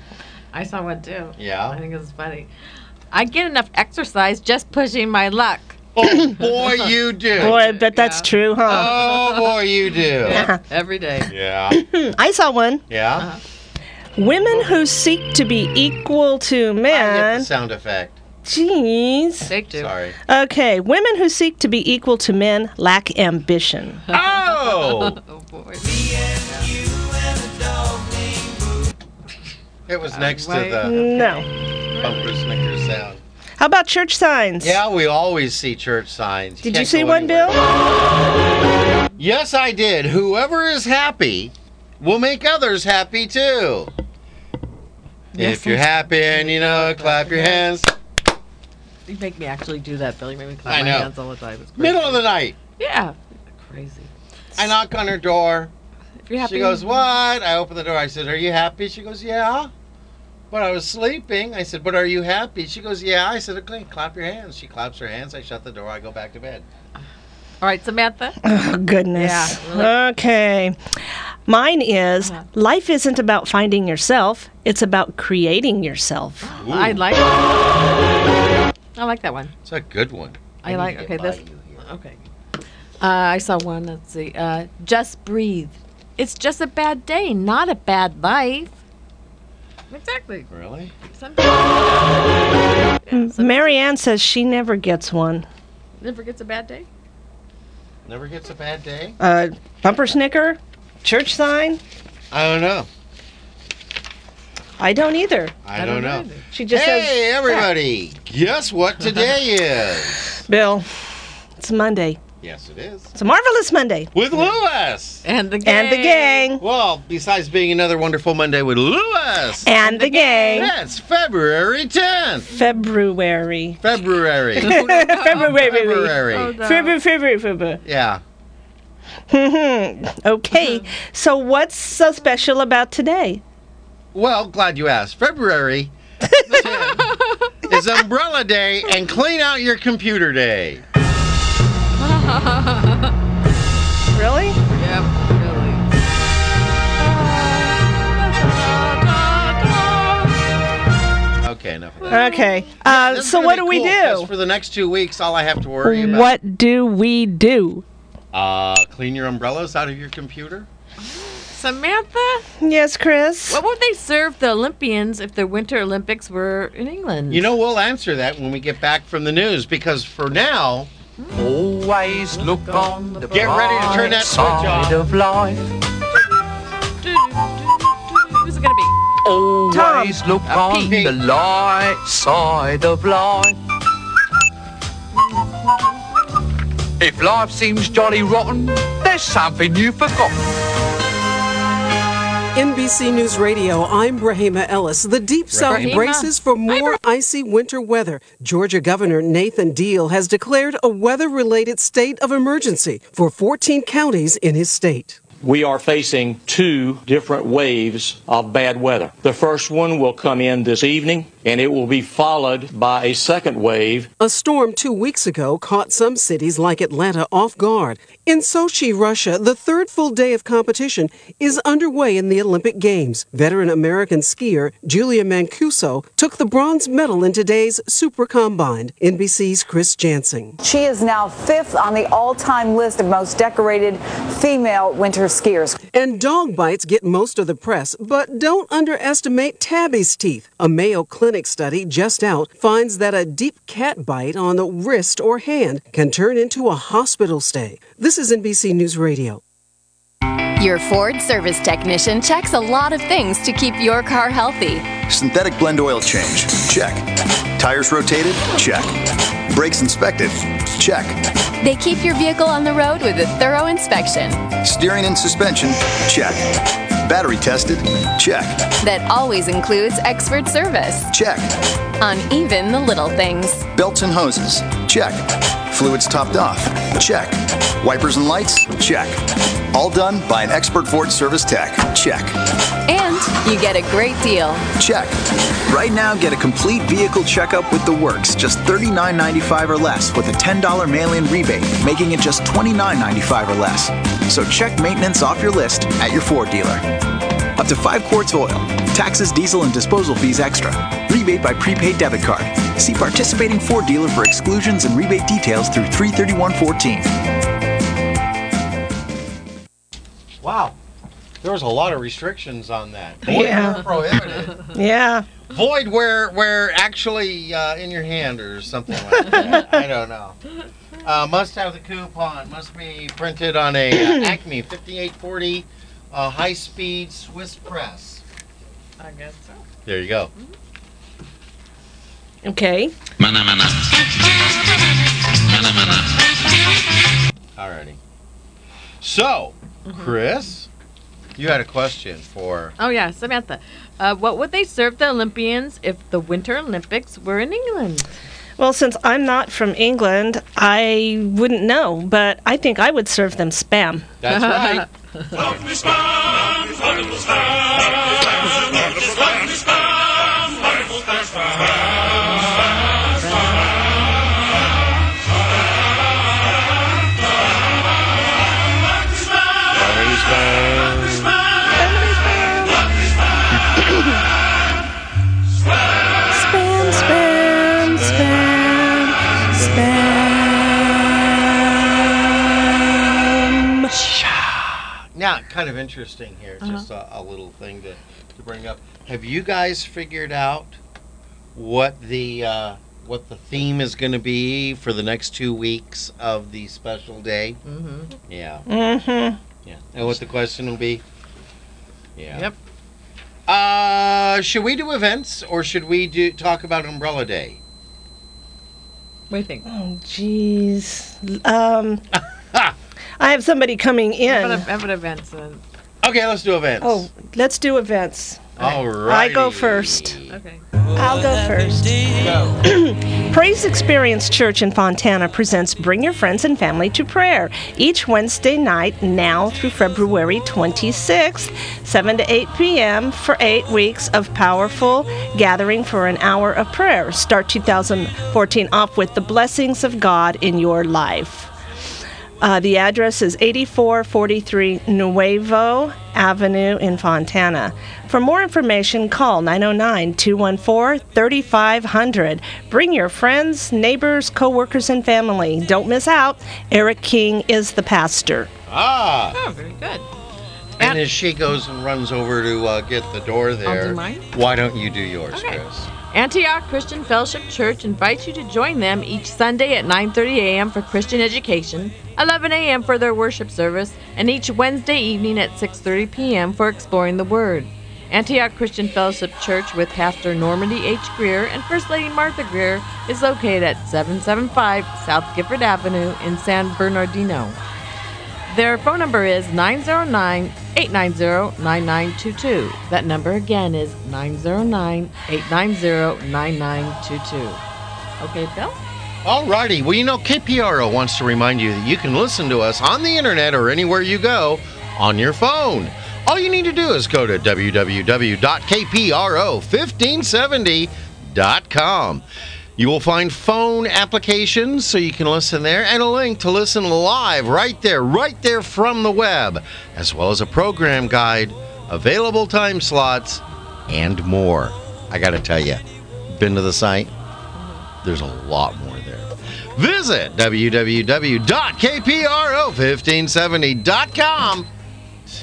C: I saw one too. I
A: Yeah.
C: think it's funny. I get enough exercise just pushing my luck.
A: Oh <laughs> boy, you do.
B: Boy, I bet that's
C: Yeah.
B: true, huh?
A: Oh boy, you do.
C: Yeah, Every day.
A: Yeah.
B: I saw one.
A: Yeah.
B: Women who seek to be equal to
A: I get the
B: men.
A: sound effect.
B: Jeez.
C: Take two.
A: Sorry.
B: Okay, women who seek to be equal to men lack ambition.
A: Oh!
C: <laughs> Oh boy.
A: It was next to
C: Right.
A: the
B: No.
A: bumper snicker sound.
B: How about church signs?
A: Yeah, we always see church signs.
B: Did you
A: can't
B: see
A: go
B: one,
A: anywhere.
B: Bill?
A: Yes, I did. Whoever is happy will make others happy too. if you're happy and you know, it, clap your hands.
C: You make me actually do that, Bill. You make me clap
A: I
C: my
A: know.
C: hands all the time. It's crazy.
A: Middle of the night,
C: Yeah. Crazy.
A: I knock on her door.
C: If you're happy.
A: She goes, "What?" I open the door. I said, "Are you happy?" She goes, "Yeah." But I was sleeping. I said, "But are you happy?" She goes, "Yeah." I said, "Okay, clap your hands." She claps her hands. I shut the door. I go back to bed.
C: All right, Samantha.
B: Oh, goodness.
C: Yeah, really.
B: Okay. Mine is life isn't about finding yourself, it's about creating yourself.
C: I like. I like that one.
A: It's a good one.
C: I, like.
A: need to
C: Okay,
A: get
C: this.
A: by you here.
C: Okay. Uh, I saw one. Let's see. Uh, just breathe. It's just a bad day, not a bad life. Exactly.
A: Really?
C: Sometimes
B: Mary Ann says she never gets one.
C: never gets a bad day.
A: Never gets a bad day.
B: Uh, bumper snicker? Church sign?
A: I don't know.
B: I don't either.
A: I, don't, know.
C: either.
B: She just says,
A: hey, everybody! Guess what today is?
B: Bill, it's Monday.
A: Yes, it is.
B: It's a marvelous Monday.
A: With Lewis!
C: And the gang.
B: And the gang.
A: Well, besides being another wonderful Monday with Lewis,
B: And the gang.
A: that's February 10th.
B: February.
A: February.
B: February. Oh, February.
C: Oh,
A: February.
C: no.
B: February. February. February.
A: Yeah.
B: Mhm. okay. So what's so special about today?
A: Well, glad you asked. February
B: <laughs>
A: 10th is Umbrella Day and Clean Out Your Computer Day.
B: <laughs> Really?
C: Yep, really.
A: Okay, enough of that.
B: Okay. Uh,
A: This is
B: so
A: gonna
B: what
A: be
B: do we
A: cool, 'cause
B: do?
A: For the next two weeks, all I have to worry about.
B: What do we do?
A: Uh, clean your umbrellas out of your computer.
C: Samantha,
B: Yes, Chris.
C: what would they serve the Olympians if the Winter Olympics were in England?
A: You know, we'll answer that when we get back from the news because for now,
K: Always look on the
A: Get ready to turn that
K: bright
A: switch on.
K: side of life.
C: who's it gonna be?
K: Always look on
A: Pete.
K: the light side of life. If life seems jolly rotten, there's something you've forgotten.
L: NBC News Radio, I'm Brahima Ellis. The Deep South
C: Brahima.
L: braces for more icy winter weather. Georgia Governor Nathan Deal has declared a weather related state of emergency for 14 counties in his state.
M: We are facing two different waves of bad weather. The first one will come in this e- evening, and it will be followed by a second wave
L: A storm two weeks ago caught some cities like Atlanta off guard. In Sochi, Russia, the third full day of competition is underway in the Olympic Games. Veteran American skier Julia Mancuso took the bronze medal in today's Super Combine. NBC's Chris Jansing.
H: She is now fifth on the all time list of most decorated female winter skiers.
L: And dog bites get most of the press, but don't underestimate Tabby's teeth. A Mayo Clinic clinic study just out finds that a deep cat bite on the wrist or hand can turn into a hospital stay. This is NBC News Radio.
N: Your Ford service technician checks a lot of things to keep your car healthy.
O: Synthetic blend oil change. Check. Tires rotated? Check. Brakes inspected? Check.
N: They keep your vehicle on the road with a thorough inspection.
O: Steering and suspension? Check. Battery tested? Check.
N: That always includes expert service.
O: Check.
N: On even the little things.
O: Belts and hoses? Check. Fluids topped off? Check. Wipers and lights? Check. All done by an expert Ford service tech. Check.
N: And you get a great deal.
O: Check. Right now, get a complete vehicle checkup with the works, just $39.95 or less, with a $10 mail in rebate, making it just $29.95 or less. So check maintenance off your list at your Ford dealer. Up to five quarts oil, taxes, diesel, and disposal fees extra. Rebate by prepaid debit card. See participating Ford dealer for exclusions and rebate details through 331.14.
A: Wow. There was a lot of restrictions on that.
B: Yeah.
A: where prohibited.
B: Yeah.
A: Void where where actually uh, in your hand or something like that. I don't know. Uh, must have the coupon. Must be printed on a uh, Acme 5840 uh, high speed Swiss press.
C: I guess so.
A: There you go.
B: Okay.
A: Mana mana. Mana mana. Alrighty. So, Chris, you had a question for.
C: Oh yeah, Samantha. Uh, what would they serve the Olympians if the Winter Olympics were in England?
B: Well, since I'm not from England, I wouldn't know, but I think I would serve them spam.
A: That's right.
B: Spam, spam, spam, spam.
A: Now, kind of interesting here, just a, a little thing to, to bring up. Have you guys figured out what the uh, what the theme is going to be for the next two weeks of the special day?
C: Mm-hmm.
A: Yeah,
B: Mm-hmm.
A: yeah. And what the question will be? Yeah.
C: Yep.
A: Uh, should we do events or should we do talk about Umbrella Day?
C: What do you think?
B: Oh, jeez. Um, I have somebody coming
C: How about,
B: in.
C: how about events? then?
A: Okay, let's do events.
B: Oh, let's do events.
A: All
B: I
A: right.
B: go first.
C: Okay.
B: I'll go first. <clears throat> Praise Experience Church in Fontana presents Bring Your Friends and Family to Prayer each Wednesday night now through February 26th, 7 to 8 p.m. for eight weeks of powerful gathering for an hour of prayer. Start 2014 off with the blessings of God in your life. Uh, the address is 8443 Nuevo Avenue in Fontana. For more information, call 909 214 3500. Bring your friends, neighbors, coworkers, and family. Don't miss out. Eric King is the pastor.
A: Ah.
C: Oh, very good.
A: And as she goes and runs over to uh, get the door there,
C: mine.
A: why don't you do yours,
C: Okay.
A: Chris?
C: Antioch Christian Fellowship Church invites you to join them each Sunday at 9:30 a.m. for Christian education, 11 a.m. for their worship service, and each Wednesday evening at 6:30 p.m. for exploring the Word. Antioch Christian Fellowship Church with Pastor Normandy H. Greer and First Lady Martha Greer is located at 775 South Gifford Avenue in San Bernardino. Their phone number is 909 890 9922. That number again is 909 890 9922. Okay, Bill?
A: Alrighty, well, you know, KPRO wants to remind you that you can listen to us on the internet or anywhere you go on your phone. All you need to do is go to www.kpro1570.com. You will find phone applications so you can listen there and a link to listen live right there, right there from the web, as well as a program guide, available time slots, and more. I got to tell you, been to the site? there's a lot more there. Visit www.kpro1570.com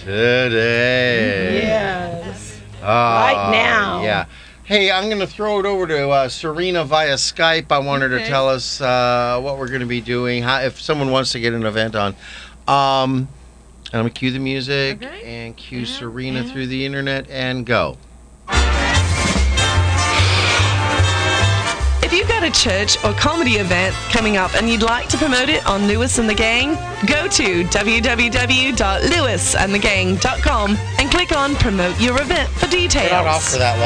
A: today.
B: Yes.
A: Ah,
B: Right now.
A: Yeah. Hey, I'm going to throw it over to uh, Serena via Skype. I want her to
P: Okay.
A: tell us uh, what we're going to be doing, how, if someone wants to get an event on. Um, and I'm going to cue the music and cue Serena through the internet and go.
I: If you've got a church or comedy event coming up and you'd like to promote it on Lewis and the Gang, go to www.lewisandthegang.com and click on Promote Your Event for details.
A: Not off for that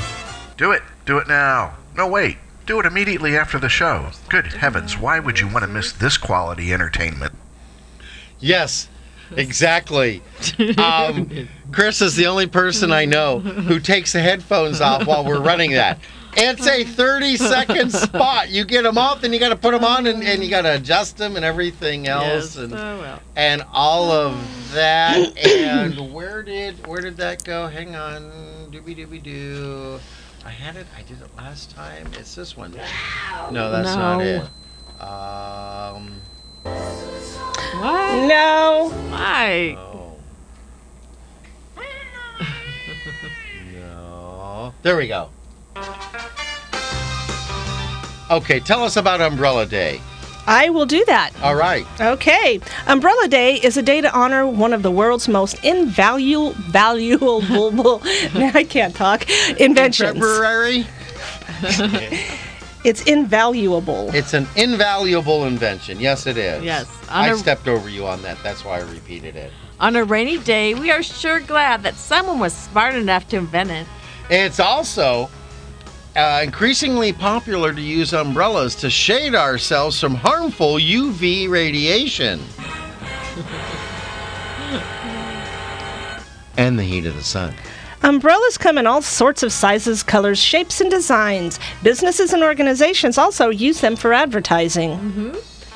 A: long.
D: Do it. Do it now. No, wait. Do it immediately after the show. Good heavens, why would you want to miss this quality entertainment?
A: Yes, exactly. Um, Chris is the only person I know who takes the headphones off while we're running that. It's a 30 second spot. You get them off, then you got to put them on, and, and you got to adjust them and everything else,
C: Yes.
A: and
C: oh well.
A: and all of that. And where did where did that go? Hang on, doobie doobie doo. I had it. I did it last time. It's this one. No, that's not
C: No.
A: it. Um,
C: What?
B: No.
C: Mike.
A: Oh. no. <laughs> There we go. Okay, tell us about Umbrella Day.
B: I will do that.
A: All right.
B: Okay. Umbrella Day is a day to honor one of the world's most invaluable, valuable, <laughs> I can't talk, inventions.
A: February?
B: it's invaluable.
A: It's an invaluable invention. Yes, it is.
C: Yes.
A: I
C: Honor-
A: stepped over you on that. That's why I repeated it.
C: On a rainy day, we are sure glad that someone was smart enough to invent it.
A: It's also uh, increasingly popular to use umbrellas to shade ourselves from harmful UV radiation and the heat of the sun.
B: Umbrellas come in all sorts of sizes, colors, shapes, and designs. Businesses and organizations also use them for advertising.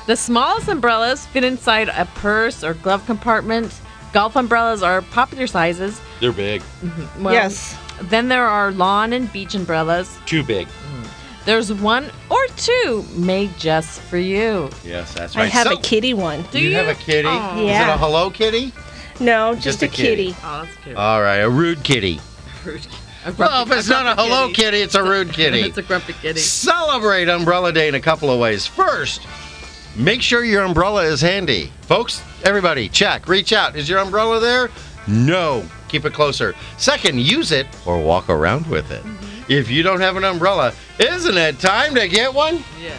C: The smallest umbrellas fit inside a purse or glove compartment. Golf umbrellas are popular sizes. Mm-hmm.
A: They're big.
C: Well,
B: Yes.
C: Then there are lawn and beach umbrellas.
A: Too big.
C: There's one or two made just for you.
A: Yes, that's
B: I
A: right.
B: have
A: So-
B: a kitty one.
A: you, have a kitty?
B: Aw.
A: Is it
B: Yeah.
A: a hello kitty?
B: No, just, a, kitty.
C: Oh, that's cute.
A: All right, a rude kitty. Uh, Well, if it's not a hello kitty, it's a rude kitty.
C: it's a grumpy kitty.
A: Celebrate Umbrella Day in a couple of ways. First, make sure your umbrella is handy. Folks, everybody, check, reach out. Is your umbrella there? No. Keep it closer. Second, use it or walk around with it. If you don't have an umbrella, isn't it time to get one?
C: Yes.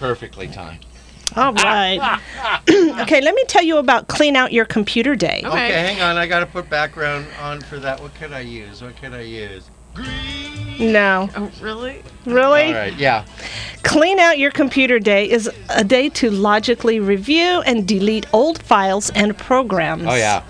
A: Perfectly timed.
B: All right. <clears throat> okay, let me tell you about Clean Out Your Computer Day.
A: Okay. hang on. I got to put background on for that. What can I use? What can I use?
B: No.
C: Oh, really?
B: Really?
A: All right, yeah.
B: Clean Out Your Computer Day is a day to logically review and delete old files and programs.
A: Oh, yeah.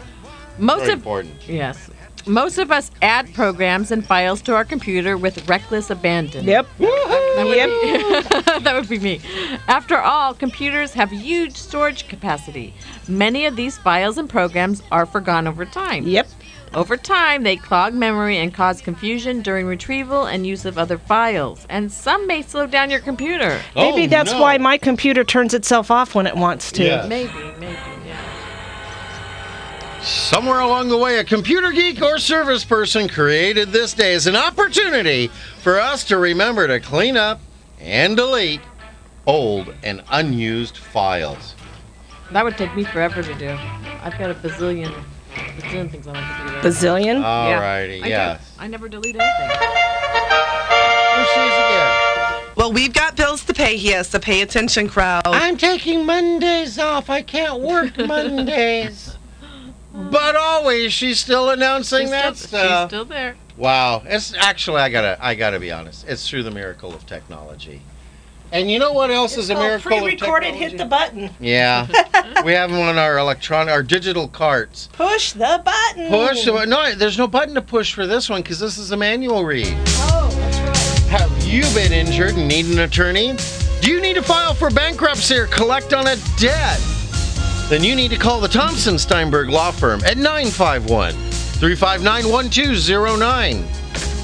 C: Most
A: Very
C: of
A: important.
C: yes. Most of us add programs and files to our computer with reckless abandon.
B: Yep.
C: That would,
B: Yep.
C: be, <laughs> that would be me. After all, computers have huge storage capacity. Many of these files and programs are forgone over time.
B: Yep.
C: Over time, they clog memory and cause confusion during retrieval and use of other files, and some may slow down your computer.
A: Oh,
B: Maybe that's why my computer turns itself off when it wants to.
A: Yeah.
C: Maybe, maybe, yeah.
A: Somewhere along the way, a computer geek or service person created this day as an opportunity for us to remember to clean up and delete old and unused files.
C: That would take me forever to do. I've got a bazillion, bazillion things on my computer.
B: Bazillion?
A: Uh,
C: Yeah.
A: Alrighty,
C: I
A: yes.
C: don't- I never delete anything.
I: Well, we've got bills to pay here, so pay attention, crowd.
A: I'm taking Mondays off. I can't
C: <laughs>
A: work Mondays. But always, she's still announcing
C: She's
A: that
C: still,
A: stuff.
C: she's still there.
A: Wow, it's actually I gotta I gotta be honest. It's through the miracle of technology. And you know what else is a miracle of
B: Pre-recorded, Oh, hit the button. <laughs>
A: Yeah, we have them on our electronic, our digital carts.
B: Push the button.
A: Push the bu- no. There's no button to push for this one because this is a manual read.
B: Oh, that's right.
A: Have you been injured and need an attorney? Do you need to file for bankruptcy or collect on a debt? Then you need to call the Thompson Steinberg Law Firm at 951 359 1209.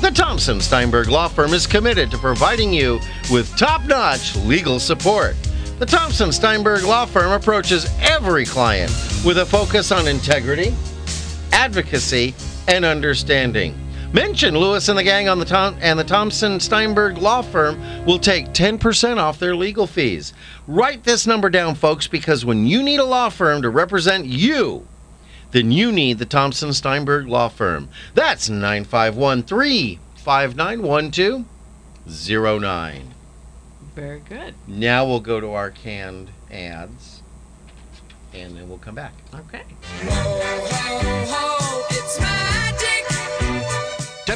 A: The Thompson Steinberg Law Firm is committed to providing you with top notch legal support.
F: The Thompson Steinberg Law Firm approaches every client with a focus on integrity, advocacy, and understanding. Mention Lewis and the Gang on the Tom- and the Thompson Steinberg Law Firm will take 10% off their legal fees. Write this number down, folks, because when you need a law firm to represent you, then you need the Thompson Steinberg Law Firm. That's 951 359 09.
C: Very good.
F: Now we'll go to our canned ads and then we'll come back.
C: Okay.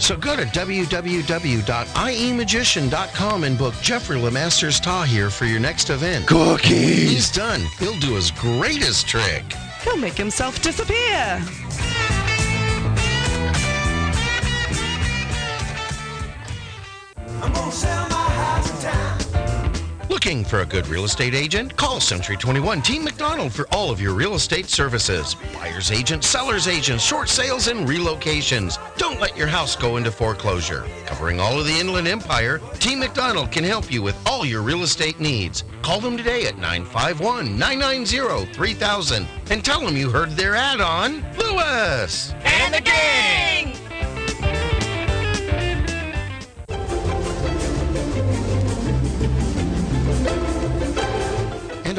A: So go to E www.iemagician.com and book Jeffrey Lemasters Tahir for your next event.
F: Cookies!
A: He's done. He'll do his greatest trick.
Q: He'll make himself disappear.
A: Looking for a good real estate agent? Call Century 21 Team McDonald for all of your real estate services. Buyer's agent, seller's agent, short sales, and relocations. Don't let your house go into foreclosure. Covering all of the Inland Empire, Team McDonald can help you with all your real estate needs. Call them today at 951 990 3000 and tell them you heard their ad on Lewis!
I: And the gang!
A: And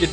F: Did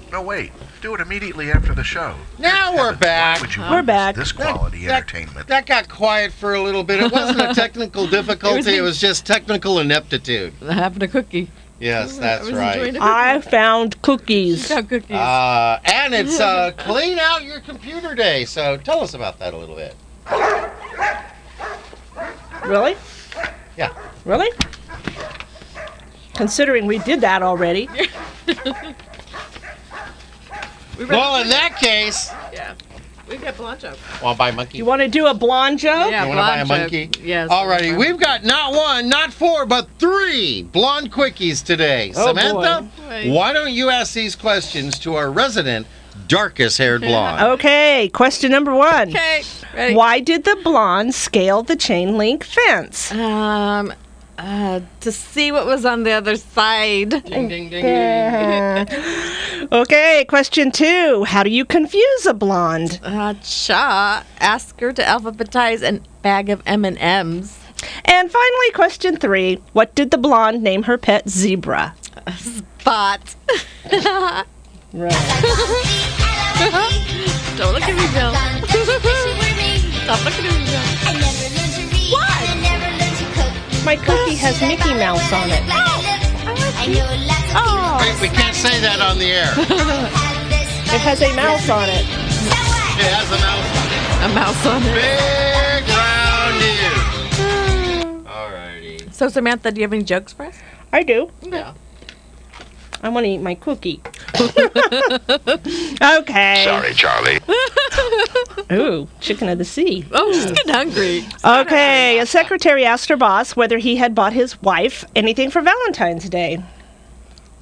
D: No, wait. Do it immediately after the show.
F: Now we're back.
D: Would you
B: We're
D: want
B: back.
D: This quality entertainment.
F: That got quiet for a little bit. It wasn't a technical difficulty, it
C: Everything-
F: was just technical ineptitude.
C: That happened to Cookie.
F: Yes, that's
C: was
F: right.
C: enjoying it.
B: I found cookies.
C: Got cookies.
F: Uh, and it's uh, Clean Out Your Computer Day, so tell us about that a little bit.
B: Really?
F: Yeah.
B: Really? Considering we did that already.
C: we read-
F: Well, in that case,
C: yeah. We've got Blancho.
F: want to buy a monkey?
B: You want to do a blonde joke?
C: Yeah,
F: you want to buy a
C: Blancho.
F: monkey?
C: Yes.
F: Alrighty, we've got not one, not four, but three blonde quickies today.
B: Oh,
F: Samantha,
C: boy.
F: why don't you ask these questions to our resident darkest haired blonde?
B: Okay, question number one.
C: Okay. Ready.
B: Why did the blonde scale the chain link fence?
C: Um, uh, to see what was on the other side.
F: Ding, ding, ding, ding.
B: Okay, question two. How do you confuse a blonde?
C: Uh, Cha asked her to alphabetize a bag of M and M's.
B: And finally, question three. What did the blonde name her pet zebra?
C: But <laughs> <laughs> don't look at me, Bill. Stop looking at me, Bill.
B: My cookie has Mickey Mouse on it.
I: Oh!
F: Wait, we can't say that on the <laughs> air. It
B: It has a mouse on it.
F: has a
C: A mouse
F: mouth.
C: on it.
F: Big round ears. Alrighty.
C: So Samantha, do you have any jokes for us?
B: I do.
C: No.
B: I want to eat my cookie. <laughs> okay. Sorry, Charlie. <laughs> Ooh, chicken of the sea.
C: Oh, she's getting hungry.
B: Okay, a secretary asked her boss whether he had bought his wife anything for Valentine's Day.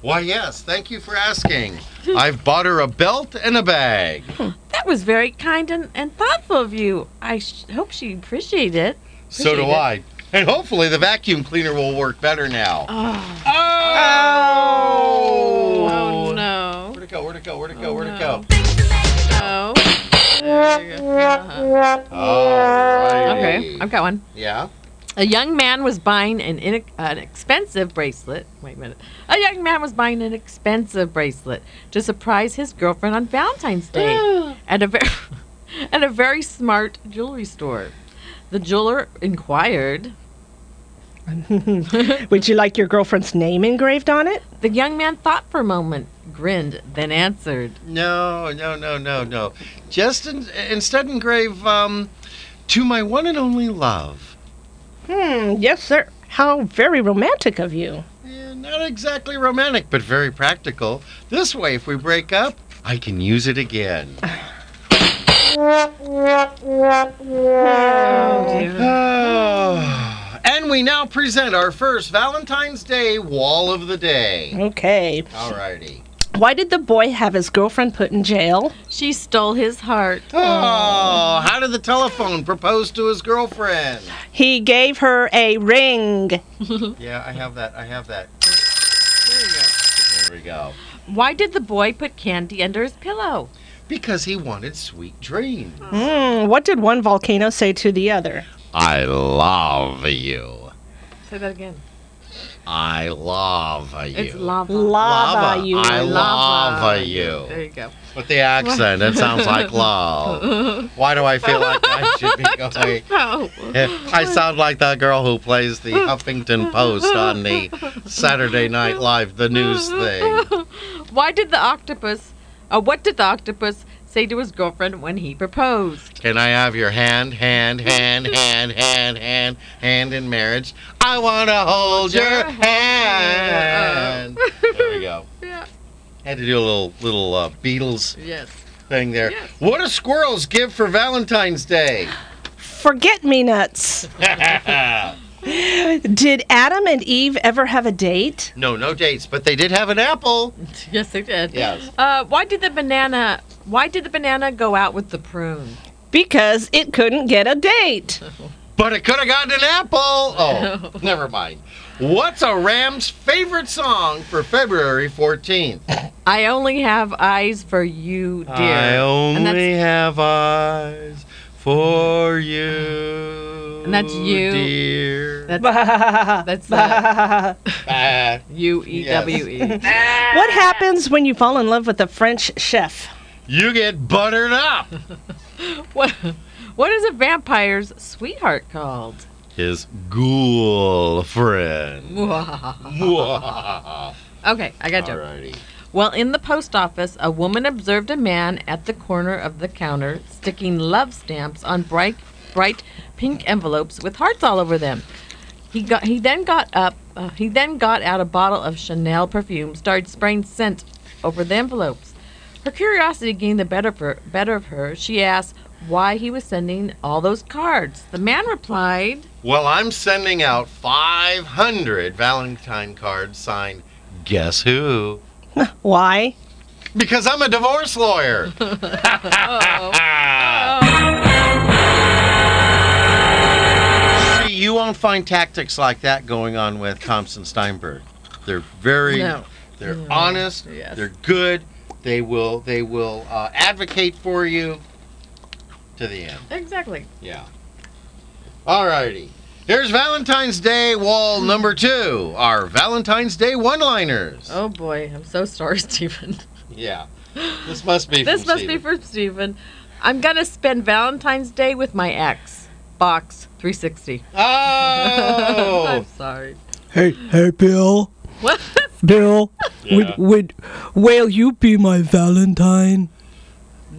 A: Why, yes, thank you for asking. I've bought her a belt and a bag.
C: That was very kind and, and thoughtful of you. I sh- hope she appreciated it.
A: so do
C: Appreciate
A: I.
C: it.
A: And hopefully the vacuum cleaner will work better now.
C: Oh.
A: Oh!
C: Oh, no.
A: Where'd it go? Where'd it go? Where'd it go? Where'd it
C: Oh,
A: go?
C: No. There you go. Uh-huh.
A: Alrighty.
C: Okay, I've got one.
A: Oh, Yeah?
C: A young man was buying an, in, an expensive bracelet. Wait a minute. A young man was buying an expensive bracelet to surprise his girlfriend on Valentine's <gasps> Day at a very <laughs> at a very smart jewelry store. The jeweler inquired.
B: Would you like your girlfriend's name engraved on it?
C: The young man thought for a moment, grinned, then answered.
A: No, no, no, no, no. Just in, instead engrave um, to my one and only love.
B: Hmm, yes, sir. How very romantic of you.
A: Eh, not exactly romantic, but very practical. This way, if we break up, I can use it again.
C: Oh.
A: <sighs> and we now present our first Valentine's Day wall of the day.
B: Okay.
A: Alrighty.
B: Why did the boy have his girlfriend put in jail?
C: She stole his heart.
A: Oh, how did the telephone propose to his girlfriend?
B: He gave her a ring.
A: Yeah, I have that. I have that. There we go.
C: Why did the boy put candy under his pillow?
A: Because he wanted sweet dreams.
B: Hmm, what did one volcano say to the other?
A: I love you.
C: Say that again.
A: I love you.
C: It's lava.
B: Lava, you.
A: I
C: Lava.
A: love you.
C: There you go.
A: With the accent, it sounds
C: <laughs>
A: like love. Why do I feel like I should be going?
C: Oh.
A: <laughs> I sound like that girl who plays the Huffington Post on the Saturday Night Live, the news thing.
C: Why did the octopus, uh, what did the octopus say to his girlfriend when he proposed?
A: Can I have your hand, hand, hand, hand, hand, hand, hand in marriage? I want to hold your hand. <laughs> There we go.
C: Yeah.
A: Had to do a little little uh, Beatles
C: Yes.
A: thing there. What do squirrels give for Valentine's Day?
B: Forget
A: <laughs>
B: me nuts. Did Adam and Eve ever have a date?
A: no, no dates, but they did have an apple.
C: <laughs> Yes, they did.
A: Yes.
C: Uh, why did the banana, why did the banana go out with the prune?
B: Because it couldn't get a date.
A: But it could have gotten an apple.
C: <laughs>
A: Oh, never mind. What's a ram's favorite song for February 14th?
C: I only have eyes for you, dear.
A: I
C: and
A: only
C: that's,
A: have eyes for you.
C: And that's you.
A: Dear. <laughs>
C: that's, that's uh,
A: Ah,
C: U E W E.
B: What happens when you fall in love with a French chef?
A: you get buttered up.
C: <laughs> What, what is a vampire's sweetheart called?
A: His ghoul friend.
C: Mwah.
A: Mwah.
C: Okay, I got you.
A: Alrighty.
C: Well, in the post office, a woman observed a man at the corner of the counter sticking love stamps on bright, bright pink envelopes with hearts all over them. He got. He then got up. Uh, he then got out a bottle of Chanel perfume, started spraying scent over the envelopes. Her curiosity gained the better of her. Better of her. She asked why he was sending all those cards. The man replied,
A: Well, I'm sending out 500 Valentine cards signed Guess Who?
B: Why?
A: Because I'm a divorce
C: <laughs>
A: lawyer. See, you won't find tactics like that going on with Thompson Steinberg. They're very,
C: No.
A: they're honest.
C: Yes.
A: They're good. They will, they will uh, advocate for you to the end.
C: "Exactly."
A: Yeah. Alrighty. Here's Valentine's Day wall number two. Our Valentine's Day one-liners.
C: Oh boy, I'm so sorry, <laughs> Stephen.
A: Yeah. This must be.
C: <laughs> This
A: from
C: must
A: Steven.
C: be for Steven. I'm gonna spend Valentine's Day with my ex. Box 360. <laughs> I'm
A: Oh.
C: sorry.
P: Hey, hey, Bill.
C: What?
P: Bill,
A: Yeah.
P: would would will you be my Valentine?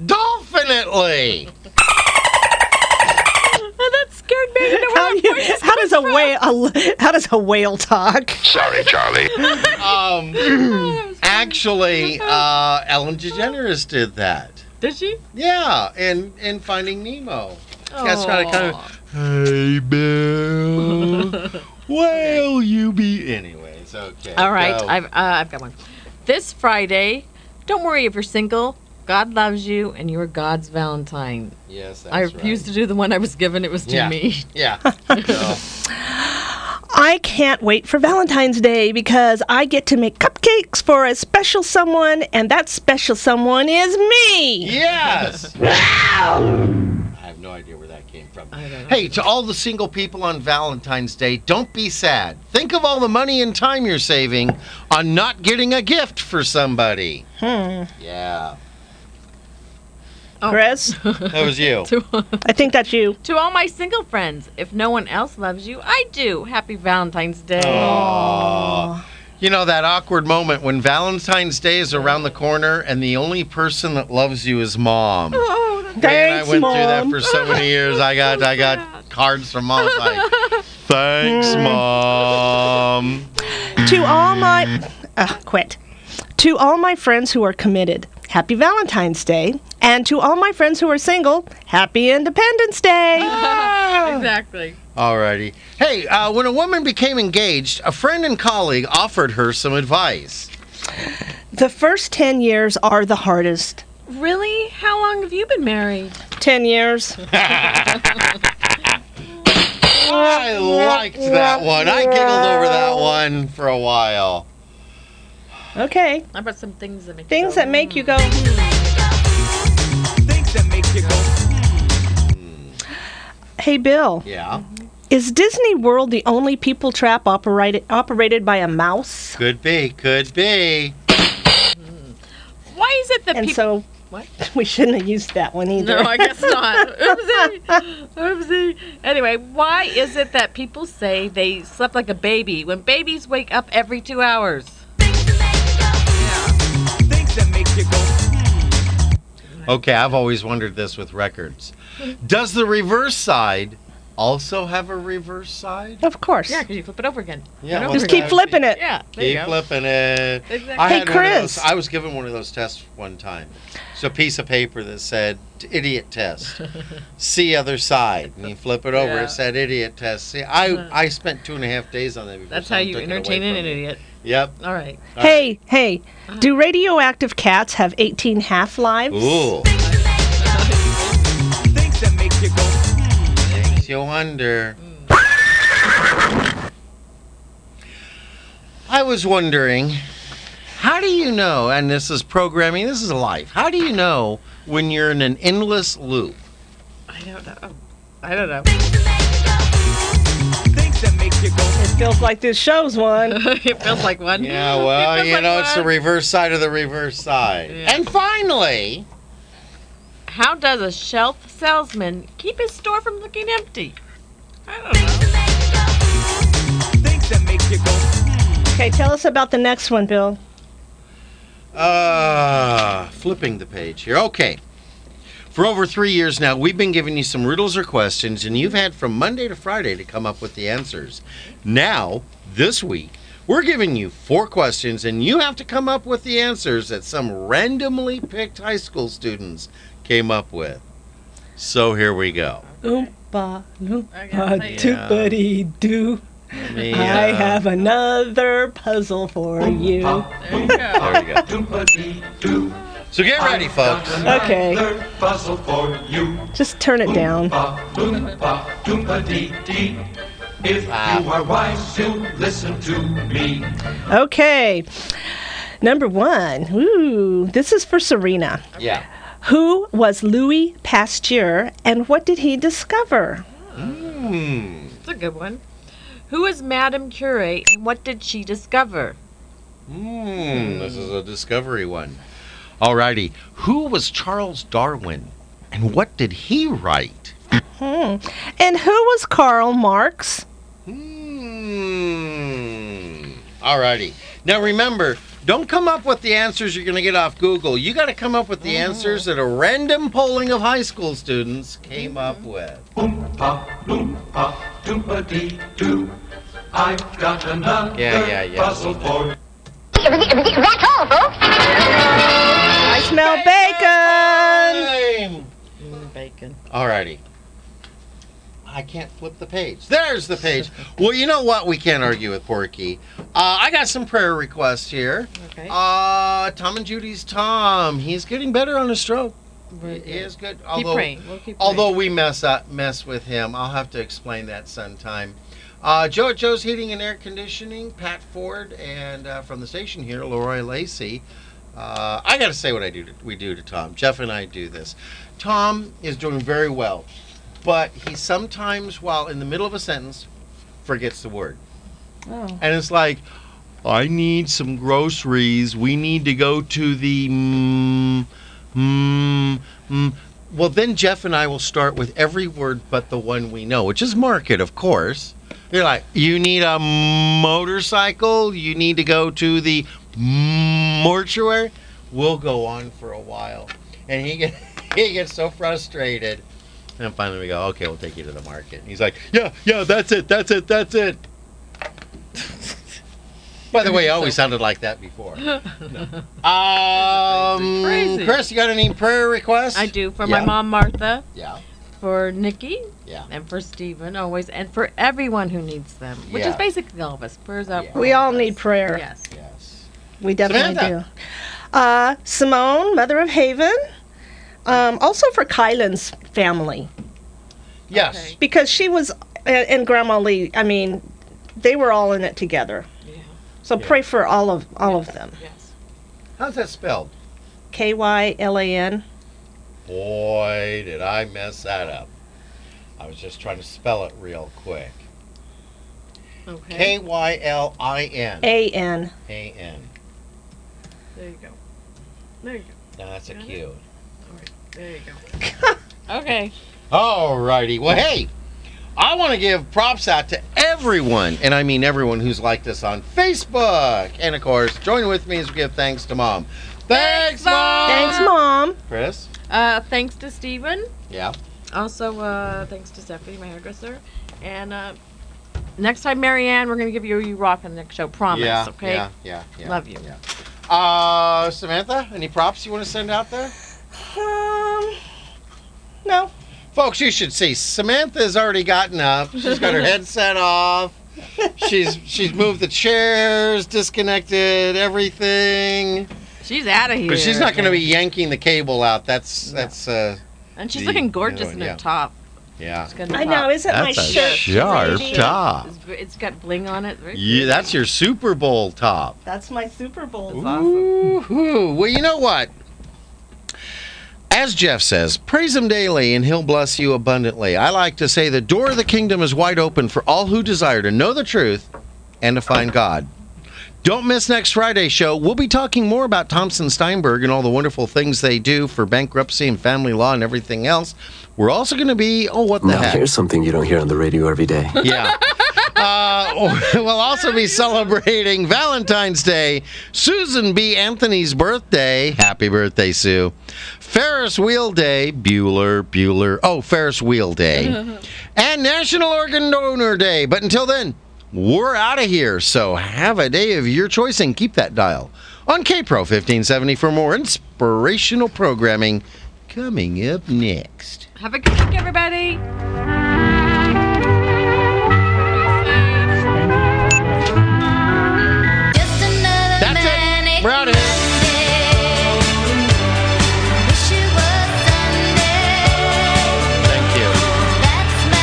A: Dolphinately.
C: <laughs> that scared <laughs> me. You know
B: How,
C: where that
B: you-
C: voice is
B: how does a whale <laughs> how does a whale talk?
K: Sorry, Charlie.
A: Um,
C: <laughs>
A: actually, uh, Ellen DeGeneres did that.
C: Did she?
A: Yeah, in in Finding Nemo. That's kind of kind
C: Aw. <laughs>
A: of. Hey Bill, will you be? Anyways, It's okay.
C: All right,
A: Go.
C: I've, uh, I've got one. This Friday, don't worry if you're single. God loves you, and you are God's Valentine.
A: Yes, that's
C: I refuse to do the one I was given. It was to
A: Yeah.
C: me.
A: Yeah.
B: I can't wait for Valentine's Day because I get to make cupcakes for a special someone, and that special someone is me.
A: Yes. I have no idea where that came from. Hey, to all the single people on Valentine's Day, don't be sad. Think of all the money and time you're saving on not getting a gift for somebody.
B: Hmm.
A: Yeah. Oh.
B: Chris?
A: That was
C: <laughs>
A: you.
B: I think that's
A: <laughs>
B: you.
C: To all my single friends, if no one else loves you, I do. Happy Valentine's Day.
A: Aw. You know that awkward moment when Valentine's Day is around the corner and the only person that loves you is mom.
C: Oh,
A: Man, I went through that for so many years. I got I got cards from mom. Like, thanks, mom.
B: to all my uh, quit to all my friends who are committed happy valentine's day and to all my friends who are single happy independence
A: <laughs>
B: day
C: exactly
A: Alrighty. Hey, uh, when a woman became engaged, a friend and colleague offered her some advice.
B: the first 10 years are the hardest
C: Really? How long have you been married?
B: 10 years
A: I liked that one. I giggled over that one for a while.
B: okay
C: How about some things that make
B: things that make you go
H: Things that make you go.
B: hey bill
A: Yeah.
B: is disney world the only people trap operated operated by a mouse
A: Could be, could be.
C: Why is it that
B: and
C: people?
B: so
C: What?
B: <laughs> we shouldn't have used that one either
C: No, I guess not. Oopsie. Oopsie. Anyway, why is it that people say they slept like a baby when babies wake up every two hours?
H: Things that make you go.
A: Okay, I've always wondered this with records. Does the reverse side also have a reverse side?
B: <laughs> Of course.
C: Yeah, because you flip it over again.
A: Yeah,
C: And
A: well,
C: over
A: Just
C: again.
A: keep flipping
B: it.
C: Yeah. There you
A: Keep
C: go.
A: flipping it.
C: Exactly.
A: I
C: Hey,
A: had one of those-
C: Chris.
A: I was given one of those tests one time. It's a piece of paper that said "idiot
C: <laughs>
A: test." See other side, and you flip it over.
C: Yeah.
A: It said "idiot test." See, I
C: Uh.
A: I spent two and a half days on that. Before
C: That's how
A: someone
C: you
A: took it away
C: entertain
A: from
C: an
A: me.
C: idiot.
A: Yep.
C: All right.
A: All right.
B: hey hey
C: Uh-huh.
B: do radioactive cats have 18 half lives
A: Ooh,
H: Things that make you go.
A: makes you wonder. I was wondering, how do you know? And this is programming. This is life. How do you know when you're in an endless loop?
C: I don't know. I don't know.
H: Things that make you go.
B: It feels like this show's
C: <laughs>
B: one.
C: <laughs> it feels like one.
A: Yeah, well,
C: It feels
A: you
C: like
A: know, it's the
C: one.
A: reverse side of the reverse side.
C: Yeah.
A: And finally,
C: How does a shelf salesman keep his store from looking empty?
H: Things that make you go.
B: Okay, tell us about the next one, Bill.
A: uh, flipping the page here. Okay. For over three years now, we've been giving you some riddles or questions, and you've had from Monday to Friday to come up with the answers. Now, this week, we're giving you four questions, and you have to come up with the answers that some randomly picked high school students came up with. So here we go.
B: Oompa
C: gotta play
B: loompa
C: it.
B: doopity doo.
A: Let me,
B: I
A: uh,
B: have another puzzle for you.
C: There you go.
A: There you go. So get ready, folks.
B: Okay. Just turn it down. Ah. Okay. Number one. Ooh, this is for Serena.
A: Yeah.
B: Who was Louis Pasteur and what did he discover?
A: Hmm.
C: That's a good one. Who is Madame Curie and what did she discover?
A: Hmm. This is a discovery one. Alrighty. Who was Charles Darwin, and what did he write?
B: Hmm. And who was Karl Marx?
A: Hmm. Alrighty. Now remember, don't come up with the answers you're going to get off Google. You got to come up with the answers that a random polling of high school students came up with. I've got another yeah, yeah, yeah.
F: That's all, folks.
B: I smell bacon.
A: Time.
C: Bacon.
A: Alrighty. I can't flip the page. There's the page. <laughs> Well, you know what? We can't argue with Porky. Uh, I got some prayer requests here. Okay. Uh, Tom and Judy's Tom. He's getting better on his stroke. He is good. Although,
C: praying. We'll keep
A: although
C: praying.
A: we mess up, mess with him, I'll have to explain that sometime. Uh, Joe at Joe's Heating and Air Conditioning, Pat Ford, and uh, from the station here, Leroy Lacey. Uh, I got to say what I do. To, we do to Tom. Jeff and I do this. Tom is doing very well, but he sometimes, while in the middle of a sentence, forgets the word,
R: Oh.
A: and it's like, I need some groceries. We need to go to the. Mm, mm, mm. Well, then Jeff and I will start with every word but the one we know, which is market, of course. You're like, you need a motorcycle. You need to go to the mortuary. We'll go on for a while, and he get, <laughs> he gets so frustrated. And finally, we go, okay, we'll take you to the market. And he's like, yeah, yeah, that's it, that's it, that's it. <laughs> By the way, I always sounded like that before. Um,
C: Crazy.
A: Chris, you got any prayer requests?
C: I do for
A: Yeah.
C: my mom Martha.
A: Yeah.
C: For Nikki.
A: Yeah.
C: And for Stephen always, and for everyone who needs them, which
B: Yeah.
C: is basically all of us. Prayers out. for
B: We
C: all
B: all
C: of us.
B: need prayer.
C: Yes.
B: We definitely
C: Samantha.
B: do. Uh, Simone, Mother of Haven. Um, also for Kylan's family.
A: Yes.
B: Because she was, and, and Grandma Lee, I mean, they were all in it together. So pray for all of all of them.
A: How's that spelled?
B: K Y L A N.
A: Boy, did I mess that up. I was just trying to spell it real quick. K Y L I N.
B: A N.
A: A N.
C: There you go. There you go.
A: Now that's a Q.
C: There you
B: <laughs>
C: go. okay.
A: Alrighty. Well, hey, I want to give props out to everyone, and I mean everyone who's liked us on Facebook. And of course, join with me as we give thanks to Mom. Thanks, Mom!
B: Thanks, Mom.
A: Chris?
C: Uh, thanks to Stephen.
A: Yeah.
C: Also, uh, thanks to Stephanie, my hairdresser. And uh, next time, Marianne, we're gonna give you you rock on the next show. Promise.
A: Yeah,
C: okay.
A: yeah, yeah, yeah,
C: Love you.
A: Yeah. Uh, Samantha, any props you want to send out there?
B: Um, no.
A: Folks, you should see. Samantha's already gotten up. She's got
B: <laughs>
A: her headset off. She's she's moved the chairs, disconnected everything.
C: She's out of here.
A: But she's not going to be yanking the cable out. That's that's. Uh,
C: And she's
A: the-
C: looking gorgeous
A: yeah,
C: in her
A: yeah.
C: top.
A: Yeah.
C: gonna
B: I know,
C: pop.
B: isn't my
A: That's a
B: shirt
A: sharp
B: pretty?
A: top.
C: It's, gr- it's got bling on it. Very
A: Yeah, that's your Super Bowl top.
B: That's my Super Bowl.
A: Ooh, well, you know what? As Jeff says, praise him daily and he'll bless you abundantly. I like to say the door of the kingdom is wide open for all who desire to know the truth and to find God. Don't miss next Friday's show. We'll be talking more about Thompson Steinberg and all the wonderful things they do for bankruptcy and family law and everything else. We're also going to be, oh, what the
S: Now,
A: heck?
S: here's something you don't hear on the radio every day.
A: yeah. <laughs> Uh, <laughs> we'll also be celebrating Valentine's Day, Susan B. Anthony's birthday. Happy birthday, Sue. Ferris Wheel Day, Bueller, Bueller. Oh, Ferris Wheel Day. and National Organ Donor Day. But until then, we're out of here. So have a day of your choice and keep that dial on KPRO 1570 for more inspirational programming coming up next.
C: Have a good week, everybody.
A: That's it. We're out of here. Thank you.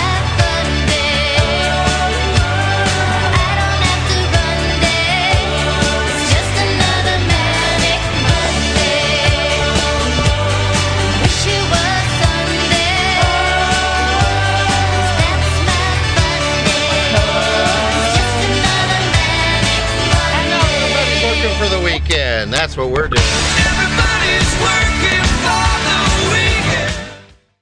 A: Looking for the weekend. That's what we're doing.
H: Everybody's working.